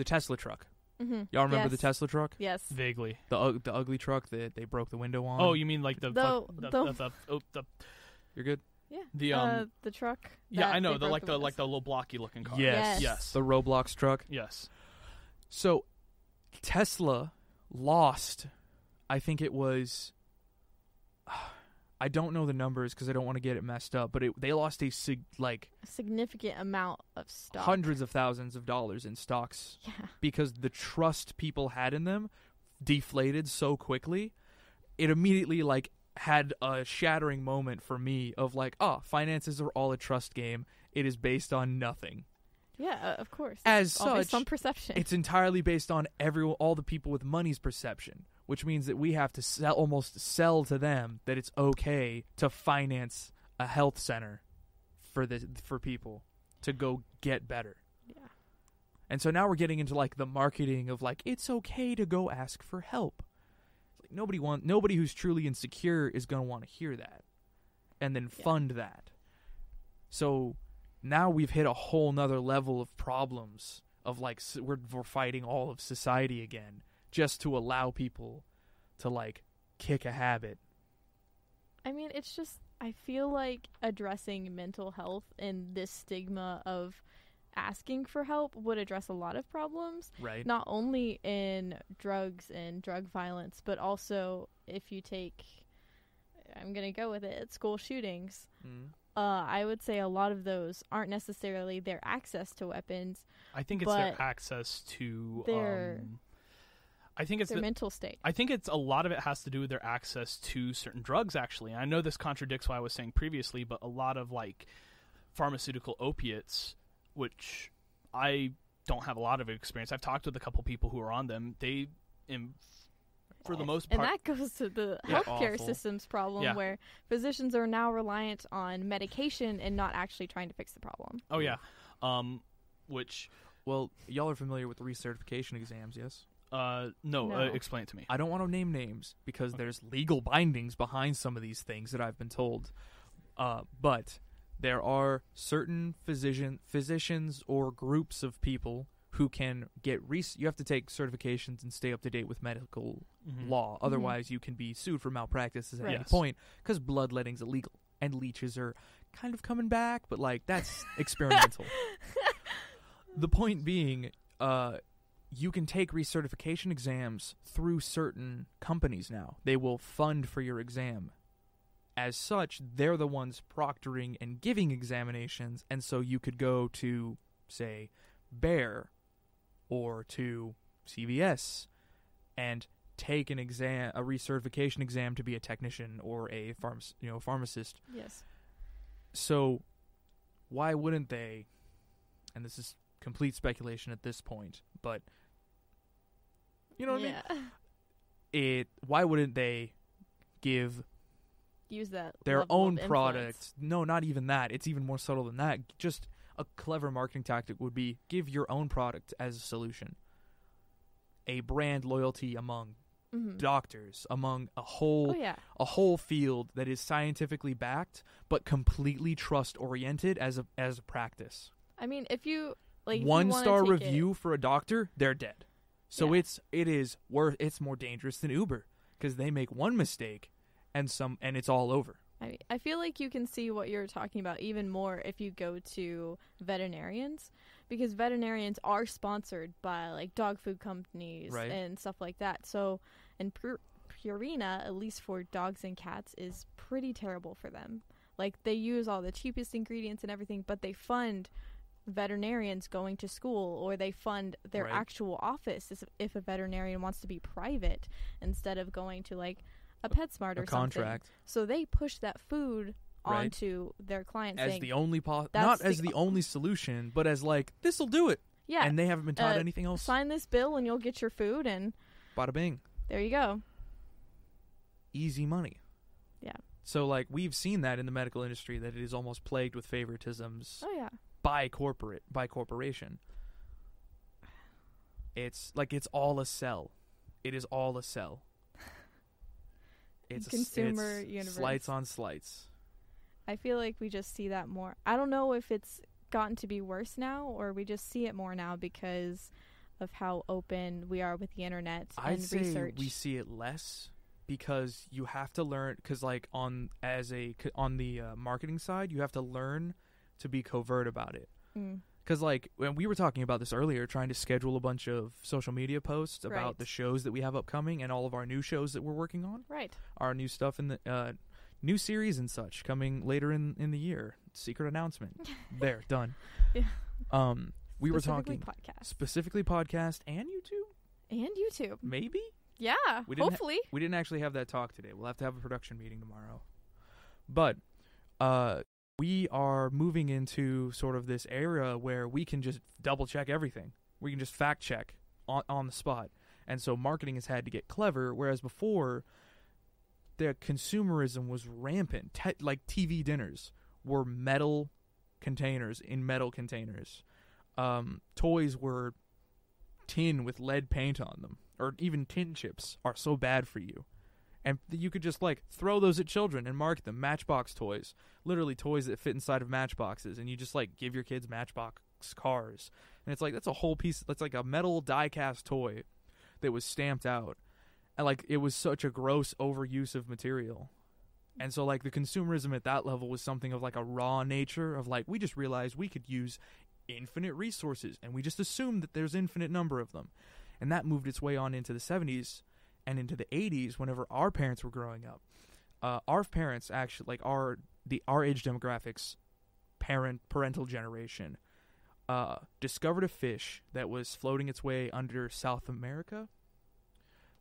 The Tesla truck. Mm-hmm. Y'all remember the Tesla truck? Yes. vaguely. The u- the ugly truck that they broke the window on. Oh, you mean like the The- fuck- the the- the, the, oh, the You're good. Yeah. The, um, uh, the truck. yeah, that I know they the broke like the windows. like the little blocky looking car. Yes. Yes. Yes. The Roblox truck. Yes. So Tesla lost, I think it was I don't know the numbers because I don't want to get it messed up, but it, they lost a sig- like A significant amount of stock. hundreds of thousands of dollars in stocks Yeah. because the trust people had in them deflated so quickly. It immediately like had a shattering moment for me of like, oh, finances are all a trust game. It is based on nothing. Yeah. Uh, of course. As All such, based on perception. it's entirely based on every all the people with money's perception, which means that we have to sell almost sell to them that it's okay to finance a health center for the for people to go get better. yeah. And so now we're getting into like the marketing of like it's okay to go ask for help. It's Like nobody want nobody who's truly insecure is going to want to hear that and then Yeah. fund that. So now we've hit a whole nother level of problems of like s- we're we're fighting all of society again just to allow people to like kick a habit. I mean, it's just I feel like addressing mental health and this stigma of asking for help would address a lot of problems, Right. not only in drugs and drug violence, but also if you take I'm going to go with it, school shootings. Mm. Uh, I would say a lot of those aren't necessarily their access to weapons, I think it's their But access to their- um, I think it's their the, mental state. I think it's a lot of it has to do with their access to certain drugs actually. And I know this contradicts what I was saying previously, but a lot of like pharmaceutical opiates which I don't have a lot of experience. I've talked with a couple people who are on them. They in, for the most And part that goes to the Yeah, healthcare awful. system's problem Yeah. where physicians are now reliant on medication and not actually trying to fix the problem. Oh yeah. Um which Well, y'all are familiar with the recertification exams, yes? uh no, Uh, No. explain it to me. I don't want to name names because Okay. there's legal bindings behind some of these things that I've been told. Uh, but there are certain physician physicians or groups of people who can get re- you have to take certifications and stay up to date with medical Mm-hmm. Mhm. law. Otherwise, you can be sued for malpractice at any Yes. point because bloodletting's illegal and leeches are kind of coming back, but like that's experimental. The point being, uh, you can take recertification exams through certain companies now. They will fund for your exam. As such, they're the ones proctoring and giving examinations, and so you could go to, say, Bear or to CVS and take an exam, a recertification exam to be a technician or a pharmac- you know, pharmacist. Yes. So why wouldn't they? And this is complete speculation at this point, but you know what yeah. I mean? It why wouldn't they give Use that. their level of own influence. products? No, not even that. It's even more subtle than that. Just a clever marketing tactic would be give your own product as a solution. A brand loyalty among Mhm. doctors, among a whole Oh yeah. a whole field that is scientifically backed but completely trust oriented as a as a practice. I mean, if you like if you One wanna star take it- review for a doctor, they're dead. So Yeah. it's it is worth it's more dangerous than Uber because they make one mistake and some and it's all over. I mean, I feel like you can see what you're talking about even more if you go to veterinarians because veterinarians are sponsored by like dog food companies Right. and stuff like that. So, and pur- Purina, at least for dogs and cats, is pretty terrible for them. Like they use all the cheapest ingredients and everything, but they fund veterinarians going to school or they fund their Right. actual office is- if a veterinarian wants to be private instead of going to like a PetSmart or a something. contract So they push that food Right. onto their clients as saying, the only po- not "That's as the- the only solution, but as like this will do it, yeah, and they haven't been taught uh, anything else. sign this bill and you'll get your food and Bada bing, there you go. easy money. Yeah. So like we've seen that in the medical industry that it is almost plagued with favoritisms Oh yeah. by corporate by corporation. It's like it's all a sell. It is all a sell. It's a s- it's Consumer universe. slights on slights. I feel like we just see that more. I don't know if it's gotten to be worse now or we just see it more now because of how open we are with the internet I'd and say research. we see it less because you have to learn because like on as a c- on the uh, marketing side you have to learn to be covert about it Mm. because like when we were talking about this earlier trying to schedule a bunch of social media posts about Right. the shows that we have upcoming and all of our new shows that we're working on Right. our new stuff in the uh, new series and such coming later in in the year secret announcement there done Yeah. um we were Specifically talking podcast specifically podcast and youtube and YouTube. maybe Yeah, We didn't ha- hopefully. we didn't actually have that talk today. We'll have to have a production meeting tomorrow. But uh, we are moving into sort of this era where we can just double check everything. We can just fact check on, on the spot. And so marketing has had to get clever, whereas before, the consumerism was rampant. Te- like TV dinners were metal containers in metal containers. Um, toys were tin with lead paint on them, or even tin chips, are so bad for you. And th- you could just like throw those at children and mark them Matchbox toys, literally toys that fit inside of Matchboxes, and you just like give your kids Matchbox cars, and it's like that's a whole piece. That's like a metal die-cast toy that was stamped out, and like it was such a gross overuse of material. And so, like the consumerism at that level was something of like a raw nature of like we just realized we could use infinite resources and we just assume that there's infinite number of them and that moved its way on into the 70s and into the 80s whenever our parents were growing up uh, our parents actually like our the our age demographics parent parental generation uh, discovered a fish that was floating its way under south america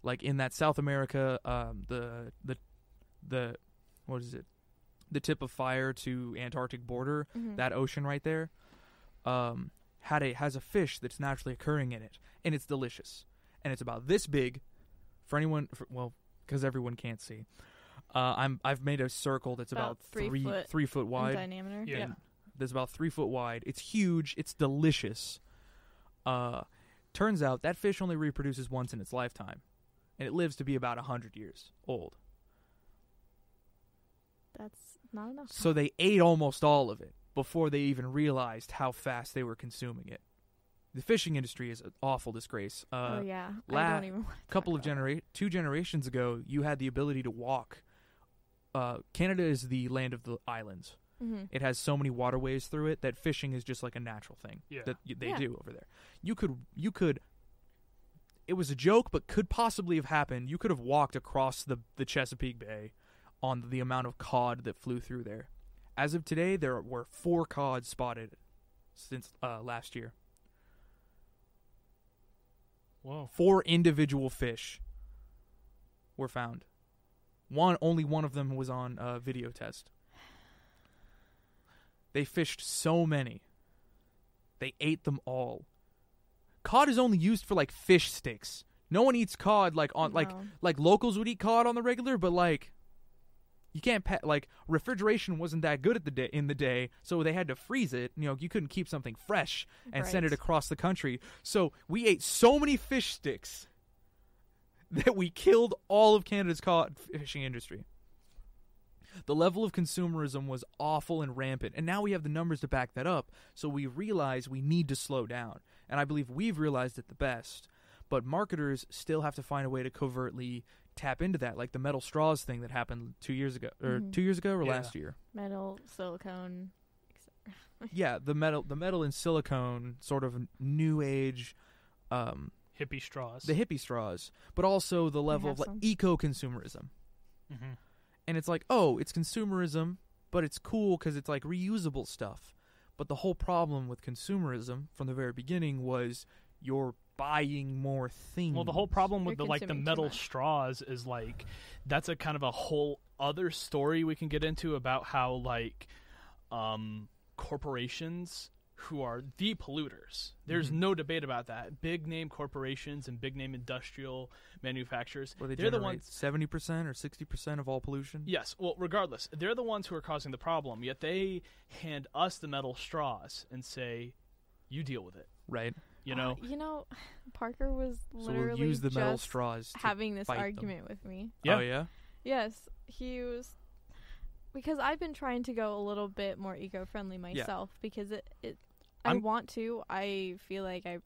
like in that south america um, the the the what is it the tip of fire to antarctic border Mhm. that ocean right there um, had a has a fish that's naturally occurring in it and it's delicious and it's about this big for anyone for, well because everyone can't see uh, I'm I've made a circle that's about, About three three foot three foot In wide diameter. Yeah. that's about three foot wide. It's huge. It's delicious. Uh, turns out that fish only reproduces once in its lifetime, and it lives to be about hundred years old. That's not enough. So uh, they ate almost all of it before they even realized how fast they were consuming it. The fishing industry is an awful disgrace. Uh, oh yeah. I la- don't even want to couple of genera- two generations ago, you had the ability to walk. Uh, Canada is the land of the islands. hmm It has so many waterways through it that fishing is just like a natural thing Yeah. that y- they Yeah. do over there. You could you could it was a joke but could possibly have happened. You could have walked across the the Chesapeake Bay on the amount of cod that flew through there. As of today, there were 4 cod spotted since uh, last year. Whoa. Four individual fish were found. One only one of them was on a video test. They fished so many. They ate them all. Cod is only used for like fish sticks. No one eats cod like on like No. like locals would eat cod on the regular, but like you can't pet like refrigeration wasn't that good at the day in the day, so they had to freeze it. You know, you couldn't keep something fresh and send it Right. across the country. So we ate so many fish sticks that we killed all of Canada's cod fishing industry. The level of consumerism was awful and rampant, and now we have the numbers to back that up. So we realize we need to slow down, and I believe we've realized it the best. But marketers still have to find a way to covertly tap into that, like the metal straws thing that happened two years ago, or Mhm. two years ago, or Yeah. last year. metal, silicone. Yeah, the metal, the metal and silicone sort of new age, um, Hippie straws. the hippie straws, but also the level have of like some. eco consumerism. Mhm. and it's like, oh, it's consumerism, but it's cool because it's like reusable stuff. But the whole problem with consumerism from the very beginning was you're buying more things. Well, the whole problem with You're the like the consuming too metal much. straws is like that's a kind of a whole other story we can get into about how like um corporations who are the polluters. There's Mhm. no debate about that. Big name corporations and big name industrial manufacturers. where they they're the generate ones seventy percent or sixty percent of all pollution. Yes, well, regardless, they're the ones who are causing the problem, yet they hand us the metal straws and say you deal with it, Right. you Uh, know. you know, Parker was So literally we'll use the metal just straws. To, having this fight them. argument with me. Oh Yeah. yeah. Yes, he was because I've been trying to go a little bit more eco-friendly myself because it it i I'm- want to. I feel like I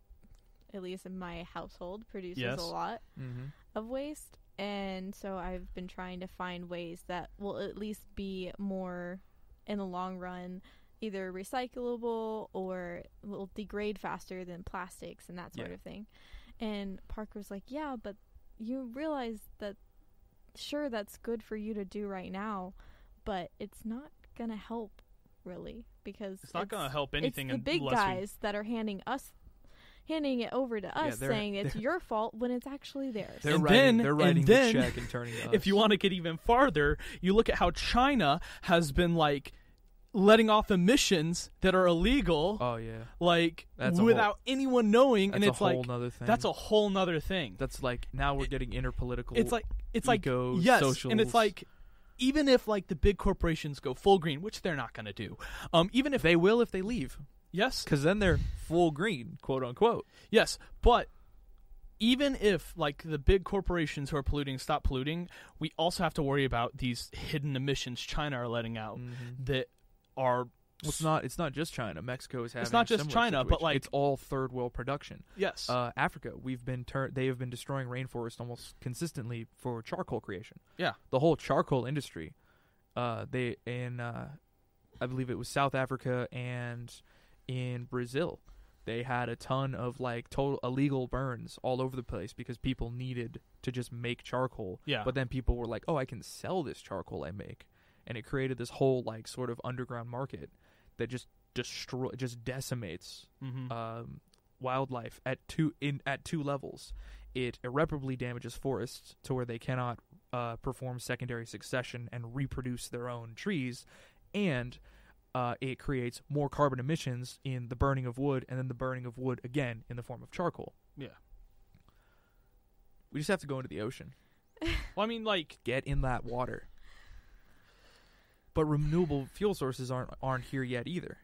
at least in my household produces Yes. a lot Mm-hmm. of waste and so I've been trying to find ways that will at least be more in the long run either recyclable or will degrade faster than plastics and that sort Yeah. of thing. And Parker was like, "Yeah, but you realize that sure that's good for you to do right now, but it's not going to help really because It's not going to help anything it's the big unless we guys that are handing us handing it over to us they're- saying it's they're- your fault when it's actually theirs. They're And writing. then- they're and writing then- the check and turning. to if us. you want to get even farther, you look at how China has been like letting off emissions that are illegal, Oh yeah. like That's a whole- without anyone knowing, That's and a it's whole like nother thing. that's a whole nother thing. That's like now we're getting interpolitical. it's like it's like eco yes, and socials. it's like even if like the big corporations go full green, which they're not going to do, um, even if they will if they leave, yes, because then they're full green, quote unquote. Yes, but even if like the big corporations who are polluting stop polluting, we also have to worry about these hidden emissions China are letting out Mhm. that are Well, it's not. It's not just China. Mexico is having. not a just similar China, but, situation. like- it's all third world production. yes. Uh, Africa, we've been tur- they have been destroying rainforest almost consistently for charcoal creation. Yeah. the whole charcoal industry. Uh, they in uh, I believe it was South Africa and in Brazil, they had a ton of like total illegal burns all over the place because people needed to just make charcoal. Yeah. but then people were like, "Oh, I can sell this charcoal I make," and it created this whole like sort of underground market that just destroy just decimates Mhm. um, wildlife at two in at two levels. It irreparably damages forests to where they cannot uh, perform secondary succession and reproduce their own trees, and uh, it creates more carbon emissions in the burning of wood and then the burning of wood again in the form of charcoal. Yeah. We just have to go into the ocean, well, I mean, like get in that water. But renewable fuel sources aren't aren't here yet either.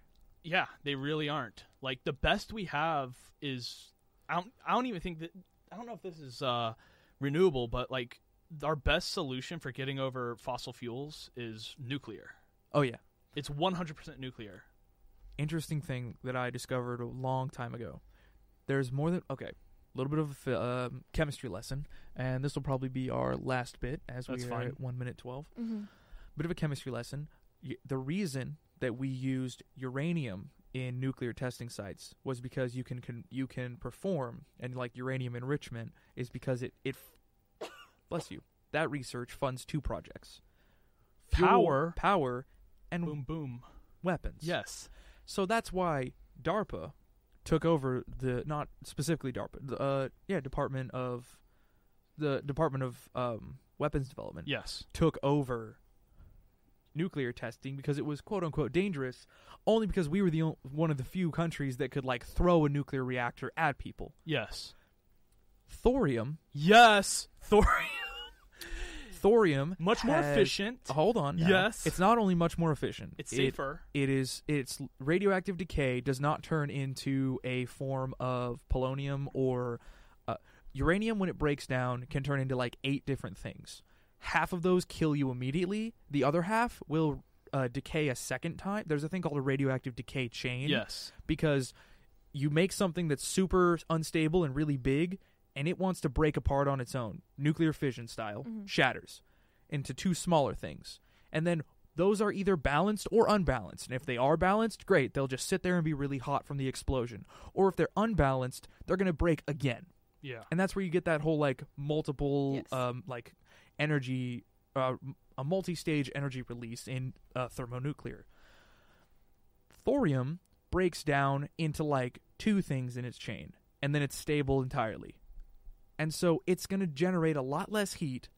yeah, they really aren't. Like the best we have is I don't I don't even think that I don't know if this is uh renewable, but like our best solution for getting over fossil fuels is nuclear. Oh yeah. It's 100% nuclear. interesting thing that I discovered a long time ago. There's more than okay, a little bit of a ph- um, chemistry lesson, and this will probably be our last bit as That's we are fine. at one minute twelve. Mhm. Bit of a chemistry lesson. Y- the reason that we used uranium in nuclear testing sites was because you can, can you can perform and like uranium enrichment is because it it f- bless you that research funds two projects Fuel, Power. power and Boom boom. weapons Yes. so that's why DARPA took over the not specifically DARPA, the, uh, yeah, Department of the Department of um, Weapons Development Yes. took over nuclear testing because it was quote unquote dangerous, only because we were the on- one of the few countries that could like throw a nuclear reactor at people. Yes. Thorium, Yes, thorium. thorium, Much more has- efficient. Hold on. now. Yes. it's not only much more efficient. It's it safer. it is its radioactive decay does not turn into a form of polonium or uh, uranium when it breaks down can turn into like eight different things half of those kill you immediately the other half will uh, decay a second time there's a thing called a radioactive decay chain yes. because you make something that's super unstable and really big and it wants to break apart on its own nuclear fission style Mhm. shatters into two smaller things and then those are either balanced or unbalanced and if they are balanced great they'll just sit there and be really hot from the explosion or if they're unbalanced they're going to break again Yeah. and that's where you get that whole like multiple Yes. um like energy uh m- a multi-stage energy release in uh, thermonuclear thorium breaks down into like two things in its chain and then it's stable entirely. And so it's going to generate a lot less heat,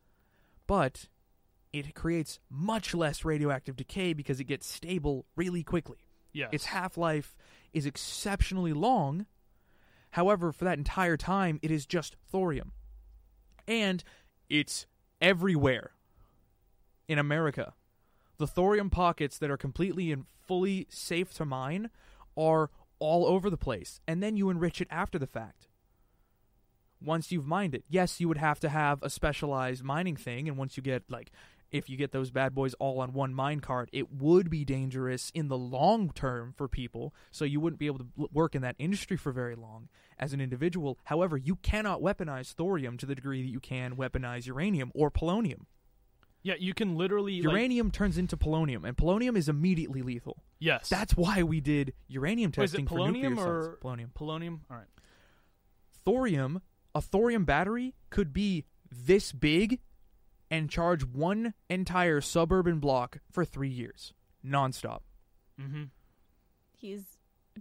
but it creates much less radioactive decay because it gets stable really quickly. Yes. Its half life is exceptionally long. However, for that entire time, it is just thorium. And it's everywhere in America. The thorium pockets that are completely and fully safe to mine are all over the place. And then you enrich it after the fact. Once you've mined it, yes, you would have to have a specialized mining thing. And once you get, like, if you get those bad boys all on one mine cart, it would be dangerous in the long term for people. So you wouldn't be able to l- work in that industry for very long as an individual. However, you cannot weaponize thorium to the degree that you can weaponize uranium or polonium. yeah, you can literally like- Uranium turns into polonium, and polonium is immediately lethal. yes. That's why we did uranium Wait, is testing it for nuclear polonium sites. or polonium. Polonium. All right. Thorium, a thorium battery could be this big and charge one entire suburban block for three years, nonstop. Mm-hmm. He's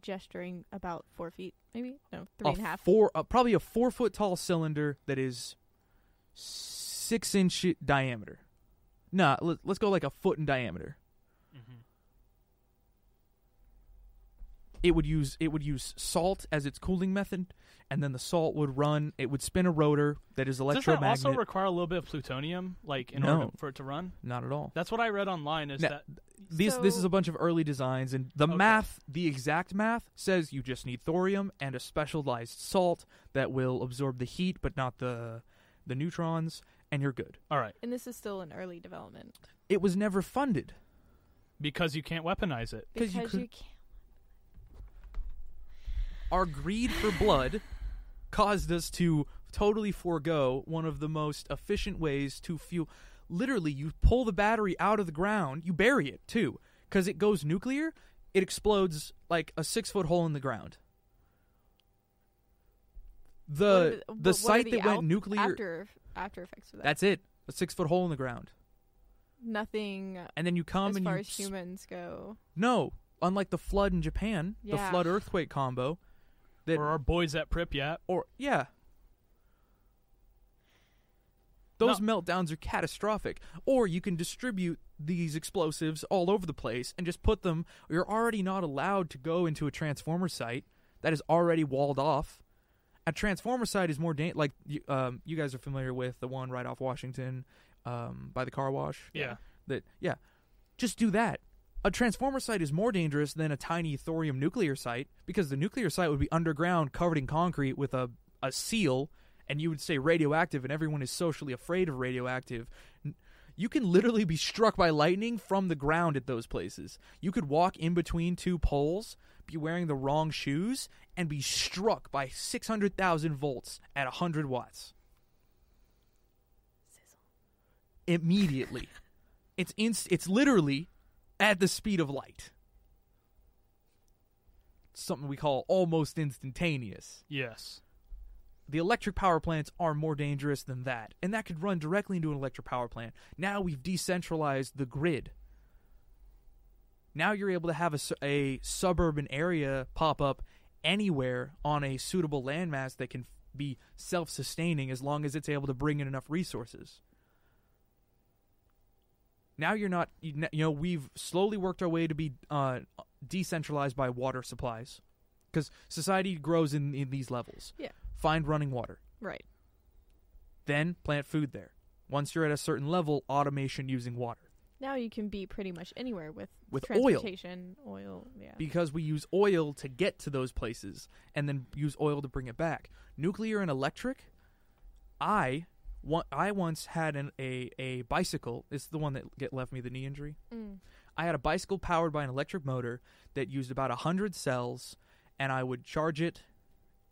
gesturing about four feet, maybe no, a three and a half. Four, uh, probably a four foot tall cylinder that is six inch diameter. Nah, let, let's go like a foot in diameter. Mm-hmm. It would use it would use salt as its cooling method, and then the salt would run. It would spin a rotor that is Does that electromagnet. also require a little bit of plutonium, like in order No. for it to run? Not at all. That's what I read online. Is No. that These this So- is a bunch of early designs, and the Okay. math, the exact math, says you just need thorium and a specialized salt that will absorb the heat but not the the neutrons, and you're good. all right? And this is still in early development It was never funded. Because you can't weaponize it. 'Cause because you you, could- can't. our greed for blood caused us to totally forego one of the most efficient ways to fuel. Literally, you pull the battery out of the ground, you bury it too, because it goes nuclear, it explodes like a six foot hole in the ground. what The the are what are site that went out- nuclear. after after effects of that. that's it. A six foot hole in the ground, nothing and then you come as and far you as s- humans go. no. Unlike the flood in Japan, the Yeah. flood earthquake combo, that or our boys at Pripyat. or yeah those No. meltdowns are catastrophic or you can distribute these explosives all over the place and just put them you're already not allowed to go into a transformer site that is already walled off a transformer site is more dan- like you, um, you guys are familiar with the one right off washington um, by the car wash Yeah. that yeah just do that a transformer site is more dangerous than a tiny thorium nuclear site because the nuclear site would be underground covered in concrete with a, a seal and you would say radioactive and everyone is socially afraid of radioactive N- you can literally be struck by lightning from the ground at those places you could walk in between two poles be wearing the wrong shoes and be struck by 600000 volts at 100 watts Sizzle. immediately. it's inst- it's literally at the speed of light. Something we call almost instantaneous. Yes. The electric power plants are more dangerous than that, and that could run directly into an electric power plant. Now we've decentralized the grid. Now you're able to have a, su- a suburban area pop up anywhere on a suitable landmass that can f- be self sustaining as long as it's able to bring in enough resources now you're not you kn- you know we've slowly worked our way to be uh, decentralized by water supplies because society grows in, in these levels Yeah. find running water Right. then plant food there once you're at a certain level automation using water Now you can be pretty much anywhere with With oil. transportation, oil, yeah. because we use oil to get to those places and then use oil to bring it back nuclear and electric i want i once had an, a a bicycle it's the one that get, left me the knee injury Mm. I had a bicycle powered by an electric motor that used about 100 cells, and I would charge it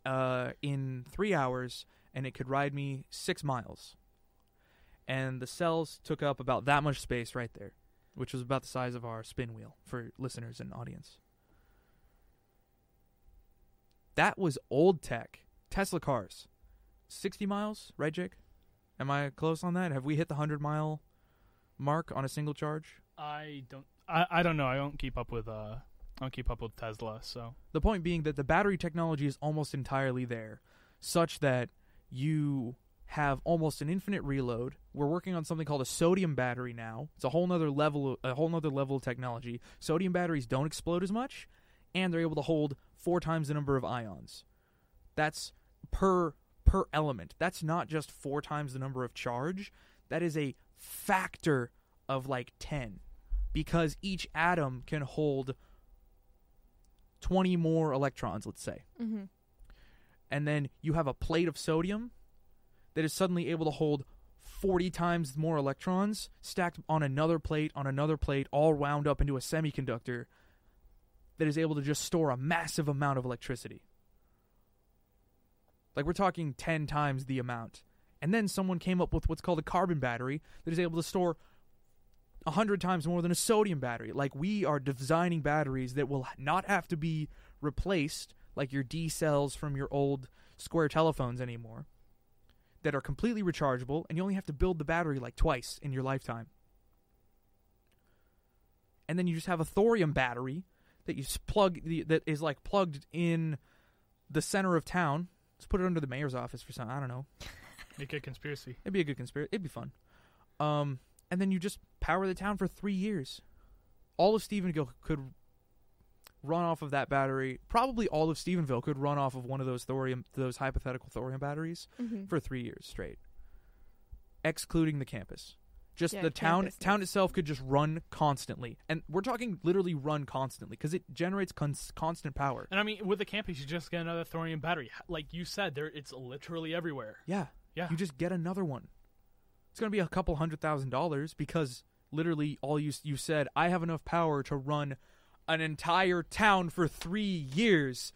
uh, in three hours, and it could ride me six miles. And the cells took up about that much space right there, which was about the size of our spin wheel for listeners and audience. That was old tech. Tesla cars. 60 miles, right, Jake? Am I close on that? Have we hit the 100 mile mark on a single charge? I don't. I, I don't know. I don't keep up with uh I don't keep up with Tesla, so The point being that the battery technology is almost entirely there, such that you have almost an infinite reload. We're working on something called a sodium battery now. It's a whole nother level, a whole nother level of technology. Sodium batteries don't explode as much, and they're able to hold four times the number of ions. That's per per element. That's not just four times the number of charge. That is a factor of like ten, because each atom can hold 20 more electrons, let's say. Mm-hmm. And then you have a plate of sodium that is suddenly able to hold 40 times more electrons stacked on another plate, on another plate, all wound up into a semiconductor that is able to just store a massive amount of electricity. Like we're talking 10 times the amount. And then someone came up with what's called a carbon battery that is able to store 100 times more than a sodium battery. Like, we are designing batteries that will not have to be replaced, like your D cells from your old square telephones anymore, that are completely rechargeable, and you only have to build the battery like twice in your lifetime. And then you just have a thorium battery that you s- plug the, that is like plugged in the center of town. Let's put it under the mayor's office for some I don't know. make a conspiracy. It'd be a good conspiracy. It'd be fun. Um, and then you just power the town for three years. All of Stephenville could run off of that battery. Probably all of Stephenville could run off of one of those thorium, those hypothetical thorium batteries Mm-hmm. for three years straight, excluding the campus. Just Yeah, the town campus town needs- itself could just run constantly, and we're talking literally run constantly because it generates cons- constant power. And I mean, with the campus, you just get another thorium battery. H- Like you said, there it's literally everywhere. Yeah. Yeah. You just get another one. It's going to be a couple hundred thousand dollars because literally all you you said I have enough power to run an entire town for 3 years.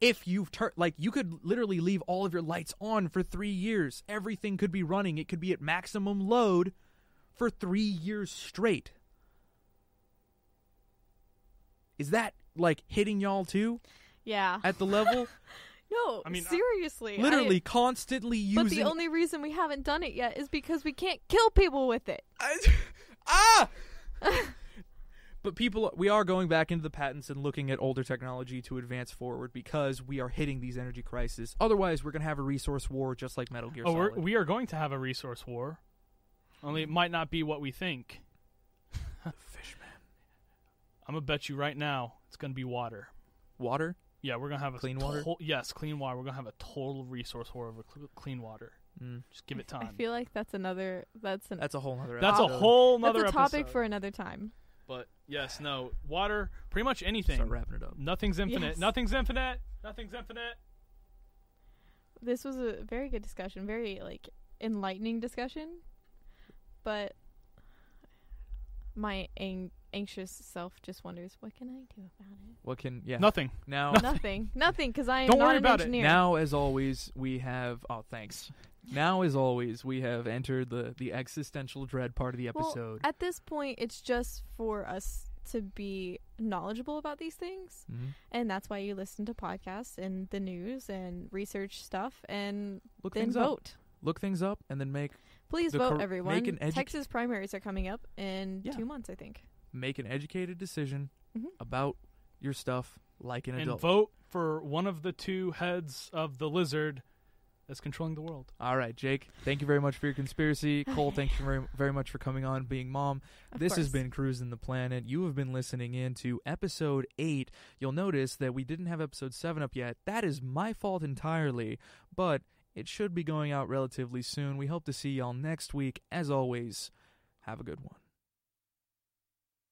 If you've tur- like you could literally leave all of your lights on for 3 years. Everything could be running. It could be at maximum load for 3 years straight. Is that like hitting y'all too Yeah. at the level no, I mean, I- seriously. I- literally constantly using but the only reason we haven't done it yet is because we can't kill people with it. I, ah! but people, we are going back into the patents and looking at older technology to advance forward because we are hitting these energy crises. Otherwise, we're going to have a resource war just like Metal Gear Oh, Solid. we're, we are going to have a resource war. Only it might not be what we think. The fishman. I'm gonna bet you right now it's gonna be water. Water? Yeah, we're gonna have a Clean water? to- yes, clean water. We're gonna have a total resource war over cl- clean water. Mm, Just give it I time. feel like that's another. That's an. that's a whole other That's a whole That's nother a topic episode. for another time. But yes, no water. Pretty much anything. Start wrapping it up. Nothing's infinite. Yes. Nothing's infinite. Nothing's infinite. This was a very good discussion, very like enlightening discussion. But my ang- anxious self just wonders, what can I do about it? What can, yeah. Nothing. Now, Nothing, nothing, because I am Don't not worry an about it. engineer. now, as always, we have, oh, thanks. Now, as always, we have entered the, the existential dread part of the Well, episode. At this point, it's just for us to be knowledgeable about these things, Mhm. and that's why you listen to podcasts and the news and research stuff, and Look then things up. vote. Look things up and then make Please The vote, cor- make everyone. an edu- Texas primaries are coming up in Yeah. two months, I think. make an educated decision Mhm. about your stuff like an and adult. vote for one of the two heads of the lizard that's controlling the world. All right, Jake, thank you very much for your conspiracy. Cole, thank you very, very much for coming on, being mom. Of this has course. been Cruising the Planet. You have been listening in to episode eight. You'll notice that we didn't have episode seven up yet. That is my fault entirely, but it should be going out relatively soon. We hope to see y'all next week. As always, have a good one.